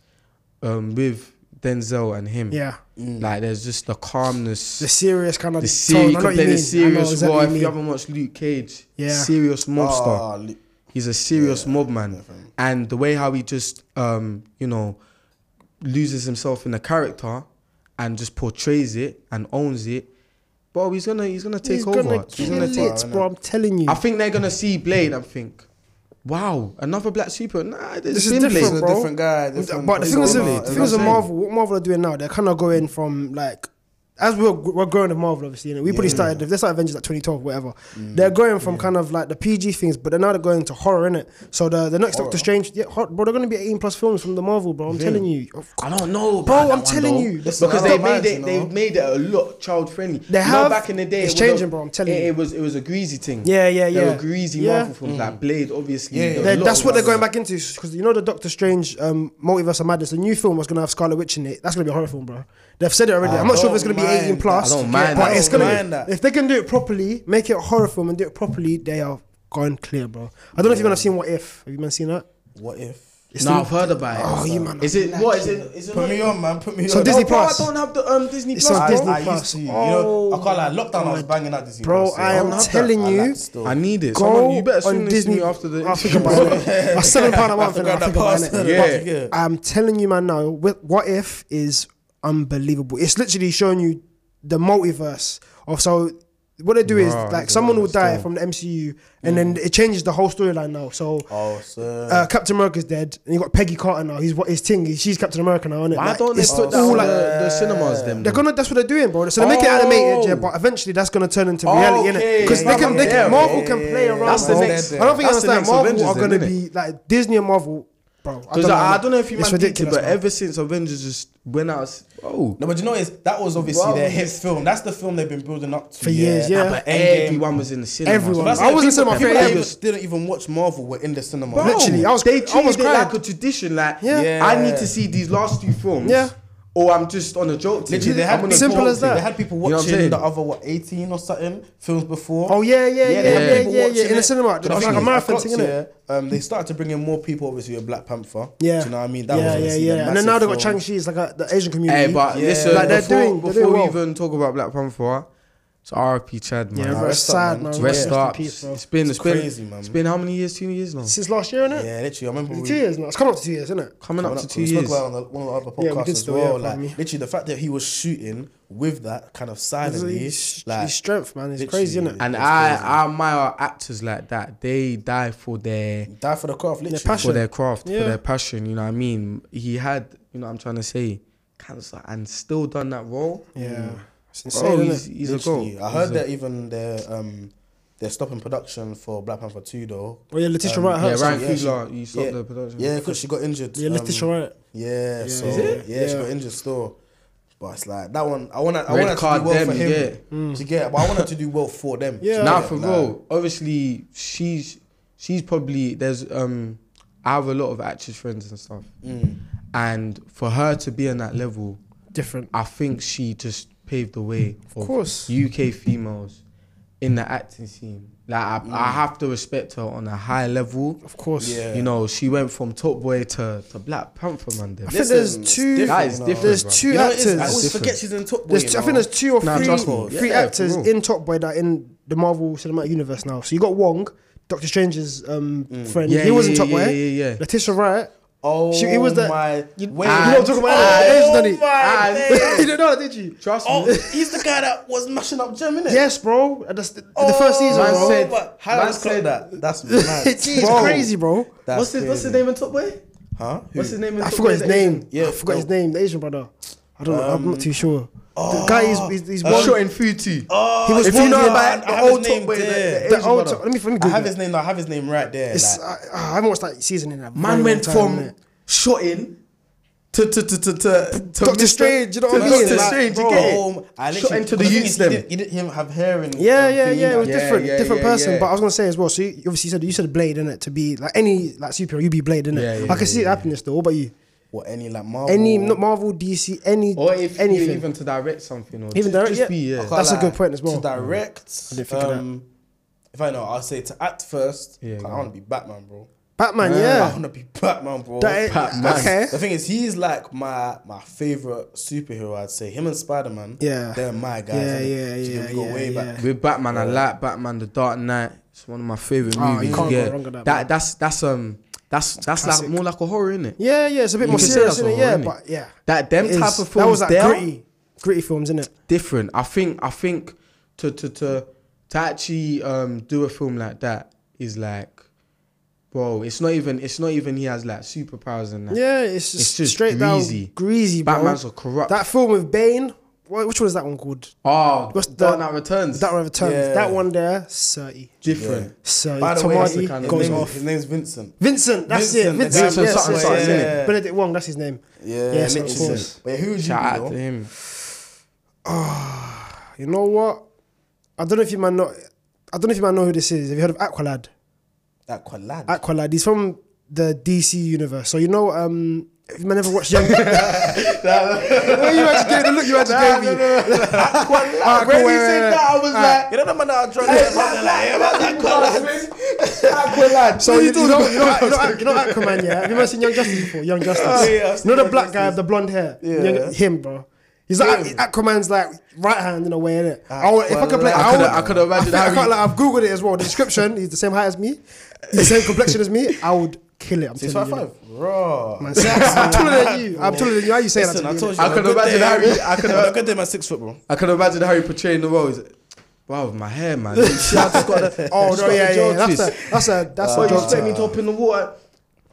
Speaker 3: um, with Denzel and him.
Speaker 1: Yeah.
Speaker 3: Like there's just the calmness,
Speaker 1: The
Speaker 3: the,
Speaker 1: serious kind of
Speaker 3: serious. You
Speaker 1: tone. I know
Speaker 3: can
Speaker 1: what you
Speaker 3: play the
Speaker 1: mean. I know
Speaker 3: serious
Speaker 1: exactly
Speaker 3: war.
Speaker 1: what
Speaker 3: If
Speaker 1: you
Speaker 3: you
Speaker 1: mean.
Speaker 3: haven't watched Luke Cage,
Speaker 1: Yeah.
Speaker 3: serious mobster.
Speaker 2: Ah, li-
Speaker 3: He's a serious mob man, and the way how he just um, you know loses himself in the character and just portrays it and owns it. Bro, he's gonna he's gonna take
Speaker 1: he's
Speaker 3: over.
Speaker 1: Gonna
Speaker 3: he's gonna
Speaker 1: kill
Speaker 3: take.
Speaker 1: it, bro. I'm telling you.
Speaker 3: I think they're gonna see Blade. I think wow, another black super. Nah,
Speaker 1: This is
Speaker 3: this is
Speaker 1: different,
Speaker 2: He's
Speaker 3: different.
Speaker 2: a
Speaker 1: bro.
Speaker 2: different guy. Different
Speaker 1: But the thing is,
Speaker 2: persona,
Speaker 3: Marvel,
Speaker 1: if,
Speaker 2: you
Speaker 1: the thing
Speaker 2: know
Speaker 1: is,
Speaker 2: what
Speaker 1: with
Speaker 2: I'm saying?
Speaker 1: Marvel, what Marvel are doing now, they're kind of going from like, as we're we're growing with Marvel, obviously, you know, we probably
Speaker 2: Yeah.
Speaker 1: started. If they started Avengers like 2012, whatever,
Speaker 3: Mm,
Speaker 1: they're going from kind of like the PG things, but they're now they're going to horror, innit? So the the next Doctor Strange, yeah, hor- bro, they're going to be 18 plus films from the Marvel, bro. I'm telling you, Of
Speaker 3: I don't know,
Speaker 1: Bro,
Speaker 3: about
Speaker 1: I'm
Speaker 3: that one,
Speaker 1: telling
Speaker 3: though.
Speaker 1: you. Listen,
Speaker 3: because
Speaker 2: I
Speaker 3: they
Speaker 2: don't
Speaker 3: made
Speaker 2: mind,
Speaker 3: it.
Speaker 2: you
Speaker 3: They've
Speaker 2: know.
Speaker 3: made it a lot child friendly.
Speaker 1: They
Speaker 3: You know,
Speaker 1: have.
Speaker 3: back in the day,
Speaker 1: It's
Speaker 3: it was a-
Speaker 1: changing, bro, I'm telling
Speaker 3: it,
Speaker 1: you.
Speaker 3: It was it was a greasy thing.
Speaker 1: Yeah, yeah,
Speaker 3: They
Speaker 1: yeah.
Speaker 3: were greasy
Speaker 1: Yeah.
Speaker 3: Marvel films like Blade, obviously.
Speaker 2: Yeah, yeah.
Speaker 3: There were a
Speaker 1: They-
Speaker 3: lot
Speaker 1: that's
Speaker 3: of
Speaker 1: what they're
Speaker 3: ones.
Speaker 1: going back into because you know the Doctor Strange um, multiverse of madness. The new film was gonna have Scarlet Witch in it. That's gonna be a horror film, bro. They've said it already.
Speaker 2: I
Speaker 1: I'm not sure if it's
Speaker 2: don't
Speaker 1: gonna be 18
Speaker 2: mind
Speaker 1: plus.
Speaker 3: that. I don't mind
Speaker 1: but
Speaker 3: that.
Speaker 1: it's
Speaker 3: I
Speaker 1: gonna.
Speaker 3: don't
Speaker 2: mind that.
Speaker 1: If they can do it properly, make it a horror film and do it properly, they are gone clear, bro. I don't know if you've man seen What If. Have you man seen that?
Speaker 2: What if?
Speaker 1: It's
Speaker 3: no,
Speaker 1: the-
Speaker 3: I've heard about it.
Speaker 1: Oh, you man are
Speaker 3: Is it what? Is it? Is it
Speaker 2: Put
Speaker 3: not-
Speaker 2: me on, man. Put me
Speaker 1: So
Speaker 2: on.
Speaker 1: Disney
Speaker 2: Oh,
Speaker 3: bro,
Speaker 1: Plus.
Speaker 3: I don't have the um, Disney
Speaker 1: It's
Speaker 3: Plus.
Speaker 1: on
Speaker 2: I,
Speaker 3: bro.
Speaker 1: Disney
Speaker 2: I used
Speaker 1: Plus.
Speaker 2: to. You know,
Speaker 1: Oh
Speaker 2: I can't lie. Lockdown, I was
Speaker 1: God.
Speaker 2: banging out Disney
Speaker 1: Bro,
Speaker 2: Plus.
Speaker 1: I am
Speaker 2: don't have that.
Speaker 1: telling
Speaker 2: I
Speaker 1: you,
Speaker 2: like still.
Speaker 3: I need it.
Speaker 1: Go
Speaker 3: Someone, you better
Speaker 1: on
Speaker 3: soon
Speaker 1: Disney
Speaker 3: me after the.
Speaker 1: I'll think about it. A seven pound a
Speaker 2: I
Speaker 1: month. innit? I'll think
Speaker 2: forgot that
Speaker 1: about it,
Speaker 2: pass.
Speaker 1: innit?
Speaker 3: Yeah.
Speaker 1: I'm telling you, man. Now, wh- what if is unbelievable. It's literally showing you the multiverse of so. What they do is
Speaker 3: Bruh, I don't
Speaker 1: like someone will die
Speaker 3: understand.
Speaker 1: from the MCU, and then
Speaker 3: Mm.
Speaker 1: it changes the whole storyline now. So.
Speaker 2: Oh, sir.
Speaker 1: Uh, Captain America's dead, and you got Peggy Carter now. He's what his thing. She's Captain America now, is
Speaker 3: Why don't they
Speaker 1: it's
Speaker 3: put that
Speaker 1: all
Speaker 3: on
Speaker 1: like-
Speaker 3: the, the cinemas? Them.
Speaker 1: They're gonna. That's what they're doing, bro. So they make it
Speaker 3: Oh.
Speaker 1: animated, yeah. But eventually, that's gonna turn into reality, innit?
Speaker 3: Okay.
Speaker 1: Because they can. They
Speaker 3: Yeah,
Speaker 1: can Marvel
Speaker 2: yeah,
Speaker 1: can play
Speaker 2: yeah,
Speaker 1: around.
Speaker 3: That's the
Speaker 1: bro.
Speaker 3: next-
Speaker 1: I don't think I
Speaker 3: that's the
Speaker 1: understand.
Speaker 3: next
Speaker 1: Marvel
Speaker 3: Avengers
Speaker 1: are
Speaker 3: then,
Speaker 1: gonna
Speaker 3: innit?
Speaker 1: be like Disney and Marvel, bro.
Speaker 3: Because I, I don't know if you
Speaker 1: It's
Speaker 3: man did it,
Speaker 1: ridiculous,
Speaker 3: but
Speaker 1: man.
Speaker 3: ever since Avengers just went out, oh,
Speaker 2: No, but you know, is that was obviously
Speaker 3: Well,
Speaker 2: their
Speaker 3: we
Speaker 2: hit
Speaker 3: just-
Speaker 2: film. That's the film they've been building up to
Speaker 1: For years, yeah.
Speaker 2: But Endgame.
Speaker 3: everyone was in the cinema.
Speaker 1: Everyone.
Speaker 2: But that's
Speaker 1: I
Speaker 2: I
Speaker 1: was in
Speaker 2: was people,
Speaker 1: cinema,
Speaker 2: people
Speaker 1: yeah.
Speaker 2: that even, didn't even watch Marvel were in the cinema.
Speaker 3: Bro,
Speaker 1: Literally, I was- I
Speaker 3: Oh, They
Speaker 1: was
Speaker 3: treated it
Speaker 1: crying.
Speaker 3: like a tradition. Like,
Speaker 1: Yeah.
Speaker 2: Yeah.
Speaker 3: I need to see these last two films.
Speaker 1: Yeah.
Speaker 3: Or I'm just on a joke. team.
Speaker 2: Literally, they
Speaker 3: I'm
Speaker 2: had
Speaker 3: on a
Speaker 1: Simple
Speaker 3: jolt
Speaker 1: as
Speaker 3: team.
Speaker 1: that.
Speaker 2: They had people
Speaker 3: You know what I'm
Speaker 2: watching
Speaker 3: saying?
Speaker 2: the other what eighteen or something films before.
Speaker 1: Oh yeah, yeah, yeah,
Speaker 2: they had
Speaker 1: yeah, yeah,
Speaker 2: people
Speaker 1: yeah,
Speaker 2: watching
Speaker 1: in the
Speaker 2: it.
Speaker 1: cinema. It
Speaker 2: But the
Speaker 1: was
Speaker 2: thing
Speaker 1: like a
Speaker 2: is,
Speaker 1: marathon
Speaker 2: I
Speaker 1: thing,
Speaker 2: got
Speaker 1: innit?
Speaker 2: to, Um, they started to bring in more people, obviously, with Black Panther.
Speaker 1: Yeah,
Speaker 2: do you know what I mean? That
Speaker 1: yeah,
Speaker 2: was
Speaker 1: yeah,
Speaker 2: obviously
Speaker 1: yeah.
Speaker 2: a
Speaker 1: And then now they got
Speaker 2: massive
Speaker 1: Chang
Speaker 2: film.
Speaker 1: Chi, it's like a, the Asian community.
Speaker 3: Hey, but
Speaker 2: Yeah.
Speaker 3: listen,
Speaker 1: Like, they're
Speaker 3: before,
Speaker 1: doing- they're
Speaker 3: before
Speaker 1: doing
Speaker 3: we
Speaker 1: well.
Speaker 3: even talk about Black Panther, it's RP Chad, man.
Speaker 1: yeah,
Speaker 2: Nah,
Speaker 1: bro, it's
Speaker 2: rest up,
Speaker 1: sad,
Speaker 2: man.
Speaker 1: man.
Speaker 2: Rest
Speaker 3: Rest
Speaker 1: in
Speaker 3: up.
Speaker 1: peace, bro.
Speaker 3: It's been, it's been,
Speaker 2: crazy, man.
Speaker 3: it's been how many years? Two years now?
Speaker 1: Since last year, innit?
Speaker 2: Yeah, literally, I remember
Speaker 1: It's
Speaker 2: we-
Speaker 1: Two years now. It's coming up to two years, innit?
Speaker 3: Coming up to two
Speaker 2: we spoke
Speaker 3: years.
Speaker 2: about it on the, one of the other
Speaker 1: Yeah, we
Speaker 2: podcasts
Speaker 1: did
Speaker 2: as
Speaker 1: still, yeah,
Speaker 2: well. like,
Speaker 1: pardon me.
Speaker 2: literally, the fact that he was shooting with that kind of silently,
Speaker 1: His,
Speaker 2: like,
Speaker 1: his strength, man, is
Speaker 2: literally.
Speaker 1: crazy, innit?
Speaker 3: And
Speaker 2: That's
Speaker 3: I,
Speaker 2: crazy.
Speaker 3: I admire actors like that. They die for their
Speaker 2: die for the craft, literally.
Speaker 1: passion.
Speaker 3: for their craft,
Speaker 1: Yeah.
Speaker 3: for their passion. You know what I mean? He had, you know, what I'm trying to say, cancer and still done that role.
Speaker 1: Yeah, it's
Speaker 3: Bro,
Speaker 1: insane,
Speaker 3: he's,
Speaker 1: innit?
Speaker 3: he's a
Speaker 2: Literally.
Speaker 3: goal.
Speaker 2: I heard
Speaker 3: He's a-
Speaker 2: that even they're um they're stopping production for Black Panther two though.
Speaker 1: Oh yeah, Letitia
Speaker 2: Um,
Speaker 1: Wright
Speaker 3: Yeah,
Speaker 1: hurts.
Speaker 3: Ryan
Speaker 2: Yeah,
Speaker 3: Coogler, you stopped
Speaker 2: yeah.
Speaker 3: the production.
Speaker 2: Yeah, because she got injured. um,
Speaker 1: Yeah, Letitia
Speaker 3: um,
Speaker 1: Wright.
Speaker 2: Yeah, so
Speaker 1: Is
Speaker 2: yeah,
Speaker 1: it?
Speaker 2: she
Speaker 1: Yeah.
Speaker 2: got injured still. But it's like that one. I want to. I
Speaker 3: Red
Speaker 2: want to
Speaker 3: card
Speaker 2: do well
Speaker 3: them,
Speaker 2: for him.
Speaker 3: yeah.
Speaker 2: To get, but I want her to do well for them.
Speaker 1: Mm. Yeah.
Speaker 3: Now
Speaker 1: Yeah,
Speaker 3: for
Speaker 2: like-
Speaker 3: real, obviously she's she's probably there's um I have a lot of actress friends and stuff,
Speaker 2: Mm.
Speaker 3: and for her to be on that level,
Speaker 1: Different.
Speaker 3: I think she just paved the way for
Speaker 1: Of course.
Speaker 3: UK females in the acting scene. Like I, I have to respect her on a high level.
Speaker 1: Of course.
Speaker 2: Mm. Yeah.
Speaker 3: You know, she went from Top Boy to, to Black Panther man. There.
Speaker 1: I think there's
Speaker 2: Listen, it's
Speaker 1: two-
Speaker 2: different,
Speaker 3: That is
Speaker 2: you know.
Speaker 3: different.
Speaker 1: There's
Speaker 3: bro.
Speaker 1: two
Speaker 2: You know, it is-
Speaker 1: actors.
Speaker 2: I always forget
Speaker 3: different.
Speaker 2: she's in Top Boy.
Speaker 1: There's
Speaker 2: you
Speaker 1: two, I
Speaker 2: know.
Speaker 1: think there's two or
Speaker 3: Nah,
Speaker 1: three,
Speaker 3: trust me.
Speaker 1: three
Speaker 3: Yeah, for
Speaker 1: actors
Speaker 3: real.
Speaker 1: in Top Boy that are in the Marvel Cinematic Universe now. So you got Wong, Doctor Strange's um, friend.
Speaker 3: Mm. Yeah,
Speaker 1: he was
Speaker 3: yeah,
Speaker 1: in Top
Speaker 3: yeah,
Speaker 1: Boy.
Speaker 3: yeah, yeah.
Speaker 1: Letitia Wright.
Speaker 2: Oh,
Speaker 1: She- it was the-
Speaker 2: my.
Speaker 1: You, you
Speaker 2: wait,
Speaker 1: know what I'm talking about?
Speaker 2: I-
Speaker 1: Asian,
Speaker 2: oh
Speaker 1: don't he?
Speaker 2: my
Speaker 1: Ah,
Speaker 2: days.
Speaker 1: you didn't know that, did you?
Speaker 3: Trust
Speaker 2: Oh,
Speaker 3: me.
Speaker 2: he's the guy that was mashing up Gem, innit?
Speaker 1: Yes, bro. At the, s- the first season,
Speaker 3: man
Speaker 1: bro.
Speaker 3: said-
Speaker 2: but how
Speaker 3: man
Speaker 2: does
Speaker 3: said-
Speaker 2: that? That's mad.
Speaker 1: it's
Speaker 2: Bro.
Speaker 1: crazy, bro.
Speaker 2: That's
Speaker 3: what's his What's his
Speaker 2: crazy.
Speaker 3: name in Top Boy?
Speaker 2: Huh? Who?
Speaker 3: What's his name in
Speaker 1: I
Speaker 3: Top
Speaker 1: forgot
Speaker 3: Boy,
Speaker 1: his
Speaker 3: the
Speaker 1: name.
Speaker 3: Asian?
Speaker 1: Yeah,
Speaker 2: Yeah,
Speaker 1: I forgot his
Speaker 2: no.
Speaker 1: name. The Asian brother. I don't know. I'm not
Speaker 3: Um,
Speaker 1: too sure.
Speaker 3: oh,
Speaker 1: the guy is he's, he's
Speaker 3: One
Speaker 1: one.
Speaker 3: shot in food too.
Speaker 2: Oh,
Speaker 1: He was
Speaker 2: if
Speaker 1: one
Speaker 2: you know
Speaker 1: year-
Speaker 2: about
Speaker 1: I
Speaker 2: the
Speaker 1: have his
Speaker 2: old
Speaker 1: name
Speaker 2: Top Boy, the,
Speaker 3: there.
Speaker 2: the
Speaker 1: the
Speaker 2: Asian
Speaker 1: old.
Speaker 2: brother.
Speaker 1: Let me let me
Speaker 2: I
Speaker 1: Google.
Speaker 2: have
Speaker 1: it.
Speaker 2: his name. I have his name right there.
Speaker 1: It's,
Speaker 2: like.
Speaker 1: I, I haven't watched that season in a very
Speaker 3: Man
Speaker 1: long
Speaker 3: went
Speaker 1: time,
Speaker 3: from
Speaker 1: innit?
Speaker 3: shotting to to to to to to
Speaker 1: Doctor
Speaker 3: Mr.
Speaker 1: Strange, you know
Speaker 3: to
Speaker 1: what I mean?
Speaker 3: Doctor
Speaker 1: Like,
Speaker 3: Strange, you
Speaker 1: bro.
Speaker 3: get it?
Speaker 2: Oh, I
Speaker 3: Shot
Speaker 2: literally-
Speaker 3: into the
Speaker 2: thing
Speaker 3: youths
Speaker 2: is, he
Speaker 3: them.
Speaker 2: didn't- He didn't him have hair and
Speaker 1: Yeah,
Speaker 2: um,
Speaker 1: yeah,
Speaker 2: thingy
Speaker 1: yeah. It was
Speaker 2: now.
Speaker 1: different,
Speaker 3: yeah,
Speaker 1: different
Speaker 3: yeah,
Speaker 1: person.
Speaker 3: yeah.
Speaker 1: But I was gonna say as well. So you, you obviously said you said Blade, innit? To be like any like superhero, you be Blade, innit?
Speaker 3: Yeah, yeah,
Speaker 1: I can
Speaker 3: yeah, Oh.
Speaker 1: see it happening still. What about you?
Speaker 2: Or any like Marvel.
Speaker 1: Any not Marvel, DC, any
Speaker 3: Or if
Speaker 1: anything.
Speaker 3: even to direct something or
Speaker 1: Even
Speaker 3: just,
Speaker 1: direct,
Speaker 3: just
Speaker 1: yeah.
Speaker 3: be
Speaker 2: I
Speaker 3: yeah.
Speaker 2: can't
Speaker 1: That's a
Speaker 2: lie.
Speaker 1: good point as well.
Speaker 2: To direct.
Speaker 1: I didn't think of that.
Speaker 2: um, If I know, I'll say to act first.
Speaker 3: Yeah,
Speaker 2: 'cause
Speaker 3: go
Speaker 2: I
Speaker 3: on.
Speaker 2: want to be Batman, bro.
Speaker 1: Batman,
Speaker 2: I
Speaker 1: yeah.
Speaker 2: want to be Batman, bro.
Speaker 1: That is-
Speaker 3: Ah. Batman.
Speaker 1: Okay.
Speaker 2: The thing is, he's like my my favorite superhero. I'd say him and Spider Man.
Speaker 1: Yeah.
Speaker 2: they're my guys.
Speaker 1: Yeah,
Speaker 2: innit?
Speaker 1: yeah,
Speaker 2: Do you know,
Speaker 1: yeah,
Speaker 2: we go
Speaker 1: yeah,
Speaker 2: way
Speaker 1: yeah.
Speaker 2: back.
Speaker 3: With Batman, I like Batman: The Dark Knight. It's one of my favorite
Speaker 1: Oh, you
Speaker 3: movies.
Speaker 1: can't go
Speaker 3: yeah.
Speaker 1: wrong with that, man.
Speaker 3: that's that's um that's that's
Speaker 1: Classic.
Speaker 3: like more like a horror, isn't it?
Speaker 1: Yeah, yeah. It's a bit
Speaker 3: You
Speaker 1: more
Speaker 3: can say
Speaker 1: serious,
Speaker 3: that's
Speaker 1: innit?
Speaker 3: all,
Speaker 1: Yeah,
Speaker 3: innit?
Speaker 1: but yeah.
Speaker 3: That them
Speaker 1: It is.
Speaker 3: type of films
Speaker 1: That was like
Speaker 3: they're
Speaker 1: gritty, gritty films, innit?
Speaker 3: different. I think I think to to to to actually um do a film like that is like bro. It's not even. It's not even he has like superpowers and that.
Speaker 1: Yeah, it's just,
Speaker 3: It's just
Speaker 1: straight
Speaker 3: greasy.
Speaker 1: down greasy, bro.
Speaker 3: Batman's a corrupt.
Speaker 1: that film with Bane. What, which one is that one called?
Speaker 3: oh,
Speaker 1: What's
Speaker 3: Dark
Speaker 1: the-
Speaker 3: Knight Returns.
Speaker 1: That one returns.
Speaker 2: Yeah.
Speaker 1: That one there, thirty.
Speaker 3: different.
Speaker 1: So
Speaker 2: By the way, that's the
Speaker 1: Tomati
Speaker 2: kind
Speaker 3: of-
Speaker 2: of
Speaker 1: goes
Speaker 2: name,
Speaker 1: off.
Speaker 2: his name's Vincent.
Speaker 1: Vincent, that's
Speaker 2: Vincent,
Speaker 1: it.
Speaker 2: the
Speaker 1: Vincent,
Speaker 3: Vincent
Speaker 1: yes,
Speaker 3: something,
Speaker 1: yes,
Speaker 3: something,
Speaker 1: yes.
Speaker 3: isn't
Speaker 2: it?
Speaker 1: Benedict Wong, that's his name.
Speaker 2: Yeah,
Speaker 1: Yes, of
Speaker 2: literally.
Speaker 1: course.
Speaker 2: Wait, who would you
Speaker 3: Shout
Speaker 2: be,
Speaker 3: out
Speaker 2: though?
Speaker 3: to him.
Speaker 1: You know what? I don't know if you man know. I don't know if you man know who this is. Have you heard of Aqualad?
Speaker 2: That collab.
Speaker 1: Aqualad. He's from the DC universe. So you know, um, if you man ever watched Young. What you actually gave the look you actually gave me.
Speaker 2: Aqualad.
Speaker 1: cool,
Speaker 2: When he
Speaker 1: ah, wait, wait, Ah.
Speaker 2: said that, I was like, you know the man that I tried to tell me, like, about that collab.
Speaker 1: So you, you know, you know, you know, you know Aquaman, yeah. Have you ever seen Young Justice before? Young Justice.
Speaker 2: Oh, yeah, I've
Speaker 1: you know
Speaker 2: seen
Speaker 1: the black
Speaker 2: Young
Speaker 1: guy with the blonde hair. Young- him, bro. He's like
Speaker 2: Him. Ah,
Speaker 1: Aquaman's like right hand in a way, innit? I would, if I could play,
Speaker 2: Aqualad.
Speaker 1: I, would,
Speaker 3: I could imagine
Speaker 1: I,
Speaker 3: how
Speaker 1: think- I can't
Speaker 3: he-
Speaker 1: lie, I've googled it as well. The description, he's the same height as me, the same complexion as me. I would kill it. I'm
Speaker 2: Six
Speaker 1: telling
Speaker 2: five
Speaker 1: you.
Speaker 2: five. Bro.
Speaker 1: Man, I'm taller than you. I'm taller than you. How you saying
Speaker 2: Listen,
Speaker 1: that
Speaker 2: I
Speaker 1: to me? innit?
Speaker 2: told you.
Speaker 3: I
Speaker 2: on a
Speaker 3: could
Speaker 2: good
Speaker 3: imagine
Speaker 2: day,
Speaker 3: Harry-
Speaker 2: I could have a good day, my six foot, bro.
Speaker 3: I can imagine how he portraying the role. He's like, Wow, my hair, man. Shit, I just got a,
Speaker 1: Oh no, yeah, yeah, yeah.
Speaker 3: That's
Speaker 1: That's a, that's a, that's a
Speaker 3: you
Speaker 1: joke.
Speaker 3: expect me to hop in the water?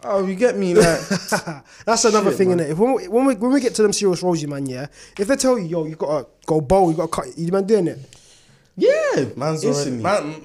Speaker 3: Oh, you get me, like.
Speaker 1: That's another thing, innit? If when we, when we when we get to them serious roles, you man, yeah. If they tell you, yo, you gotta go bold, you gotta cut, you man doing it.
Speaker 3: yeah,
Speaker 2: Man's already.
Speaker 3: instantly.
Speaker 2: Man,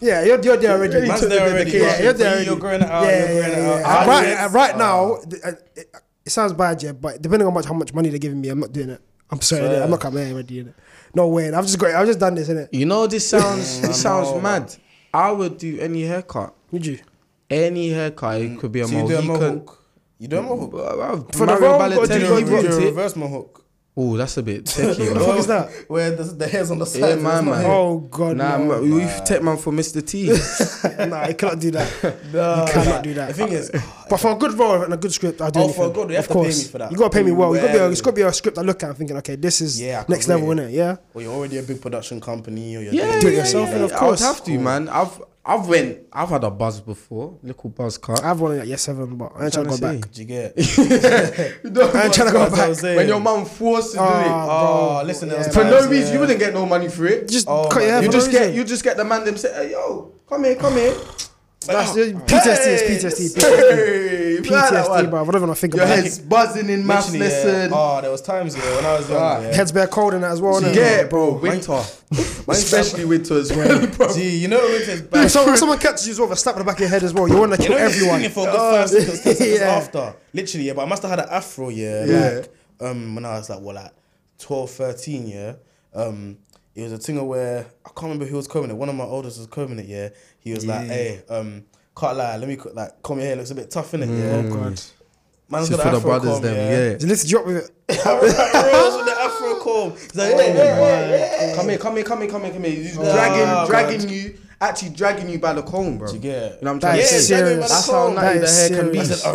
Speaker 1: Yeah, you're, you're there already.
Speaker 2: Man's there already.
Speaker 1: Yeah, you're there already.
Speaker 2: You're growing it out. You're
Speaker 1: Yeah, yeah,
Speaker 2: growing it
Speaker 1: yeah.
Speaker 2: out. Oh.
Speaker 1: yeah.
Speaker 2: Ah,
Speaker 1: Right,
Speaker 2: yes.
Speaker 1: right now, th- uh, it, it sounds bad, yeah, but depending on much, how much money they're giving me, I'm not doing it. I'm sorry, innit? I'm not coming here already. Innit? No way. I've just got. I've just done this, innit?
Speaker 3: You know, this sounds
Speaker 2: I
Speaker 3: this sounds
Speaker 2: know.
Speaker 3: mad. I would do any haircut.
Speaker 1: Would you?
Speaker 3: Any haircut.
Speaker 1: Mm.
Speaker 3: It could be a
Speaker 2: So you do a
Speaker 3: Mohican.
Speaker 2: mohawk. You do a mohawk.
Speaker 1: For
Speaker 3: For
Speaker 1: the
Speaker 3: Mario
Speaker 1: role, you gotta do-
Speaker 2: You
Speaker 1: He
Speaker 3: Balotelli,
Speaker 2: do a
Speaker 3: he ripped it.
Speaker 2: reverse mohawk.
Speaker 3: Oh, that's a bit techie.
Speaker 1: the
Speaker 3: man.
Speaker 1: fuck is that?
Speaker 2: Where the, the hair's on the side.
Speaker 3: Yeah,
Speaker 2: it's
Speaker 3: my
Speaker 2: not
Speaker 3: man.
Speaker 2: here.
Speaker 1: Oh God,
Speaker 3: Nah,
Speaker 1: no.
Speaker 3: man, we've tech man for Mr. T.
Speaker 1: nah, I cannot do that.
Speaker 2: Nah,
Speaker 1: you cannot
Speaker 2: nah.
Speaker 1: do that.
Speaker 2: The thing is,
Speaker 1: But for a good role and a good script, I'll do
Speaker 2: Oh,
Speaker 1: anything.
Speaker 2: for a good- you have
Speaker 1: of
Speaker 2: to pay me
Speaker 1: course.
Speaker 2: for that.
Speaker 1: You gotta pay me well. You gotta be a,
Speaker 2: Well.
Speaker 1: it's gotta be a script I look at and thinking, okay, this is
Speaker 2: Yeah, I can
Speaker 1: next level,
Speaker 2: read
Speaker 1: innit? Yeah.
Speaker 2: well, you're already a big production company, or you're
Speaker 3: yeah,
Speaker 2: doing
Speaker 1: Do it yourself, and of
Speaker 3: I would
Speaker 1: course.
Speaker 3: have to, man. I've I've went. I've had a buzz before. Little buzz cut.
Speaker 1: I've won it at year seven, but I ain't trying to go
Speaker 3: Tryna
Speaker 1: back.
Speaker 3: say.
Speaker 2: Do you get?
Speaker 1: I ain't trying to go
Speaker 2: That's what I'm
Speaker 1: back.
Speaker 2: saying.
Speaker 3: when your mum forced to do
Speaker 1: Ah,
Speaker 3: it
Speaker 2: oh, listen, there was
Speaker 1: Yeah,
Speaker 3: for
Speaker 1: man,
Speaker 3: no
Speaker 2: times
Speaker 3: reason, you
Speaker 2: where-
Speaker 3: wouldn't get no money for it.
Speaker 1: Just
Speaker 2: Oh,
Speaker 1: cut your hair
Speaker 2: man.
Speaker 3: you
Speaker 1: for no
Speaker 3: just get
Speaker 1: reason.
Speaker 3: you just get the man them say, hey, yo, come here, come here.
Speaker 1: That's it. PTSD, it's PTSD,
Speaker 3: PTSD,
Speaker 1: PTSD, bro. I don't even wanna think
Speaker 3: Your
Speaker 1: about
Speaker 3: head's
Speaker 1: it.
Speaker 3: buzzing in maths
Speaker 2: Literally, yeah.
Speaker 3: lesson.
Speaker 2: Oh, there was times yeah, when I was young.
Speaker 3: Ah.
Speaker 2: yeah.
Speaker 1: Head's bare cold and that as well, innit?
Speaker 3: Yeah, bro, winter, especially winter as well, bro.
Speaker 2: Gee, you know it is
Speaker 1: If
Speaker 2: bad.
Speaker 1: someone, if someone catches you with a slap on the back of your head as well, you want to
Speaker 2: You
Speaker 1: kill
Speaker 2: know everyone.
Speaker 1: everyone.
Speaker 2: It for a good
Speaker 3: Oh.
Speaker 2: five seconds, ten seconds
Speaker 1: yeah.
Speaker 2: after. Literally, yeah. But I must have had an afro, yeah.
Speaker 3: Yeah.
Speaker 2: Like, um, when I was like, what, like 12, 13, yeah. Um, it was a thing where I can't remember who was combing it. One of my oldest was combing it, yeah. He was like,
Speaker 3: Yeah.
Speaker 2: hey, um, can't lie, let me co- like comb your hair. Looks a bit tough in it,
Speaker 1: Oh
Speaker 2: yeah.
Speaker 1: God.
Speaker 2: Man's
Speaker 3: Mm. This
Speaker 2: got
Speaker 3: is
Speaker 2: the
Speaker 3: for the
Speaker 2: afro
Speaker 3: brothers,
Speaker 2: comb,
Speaker 3: them,
Speaker 2: yeah.
Speaker 3: yeah.
Speaker 1: He lifted you up with it.
Speaker 2: Rolls with the afro comb. He's like, hey, hey, hey, hey.
Speaker 3: Come here, come here, come here, come here, come here. He's
Speaker 2: God.
Speaker 3: dragging, dragging you, actually dragging you by the comb, bro.
Speaker 2: Do you
Speaker 3: know
Speaker 2: get?
Speaker 3: what I'm
Speaker 1: That
Speaker 3: trying to
Speaker 1: is
Speaker 2: Yeah,
Speaker 3: say?
Speaker 2: dragging by
Speaker 1: serious.
Speaker 2: the
Speaker 3: That's how
Speaker 2: comb.
Speaker 1: That
Speaker 3: nutty the
Speaker 1: is
Speaker 3: hair can be. oh,
Speaker 2: I
Speaker 1: serious.
Speaker 2: said,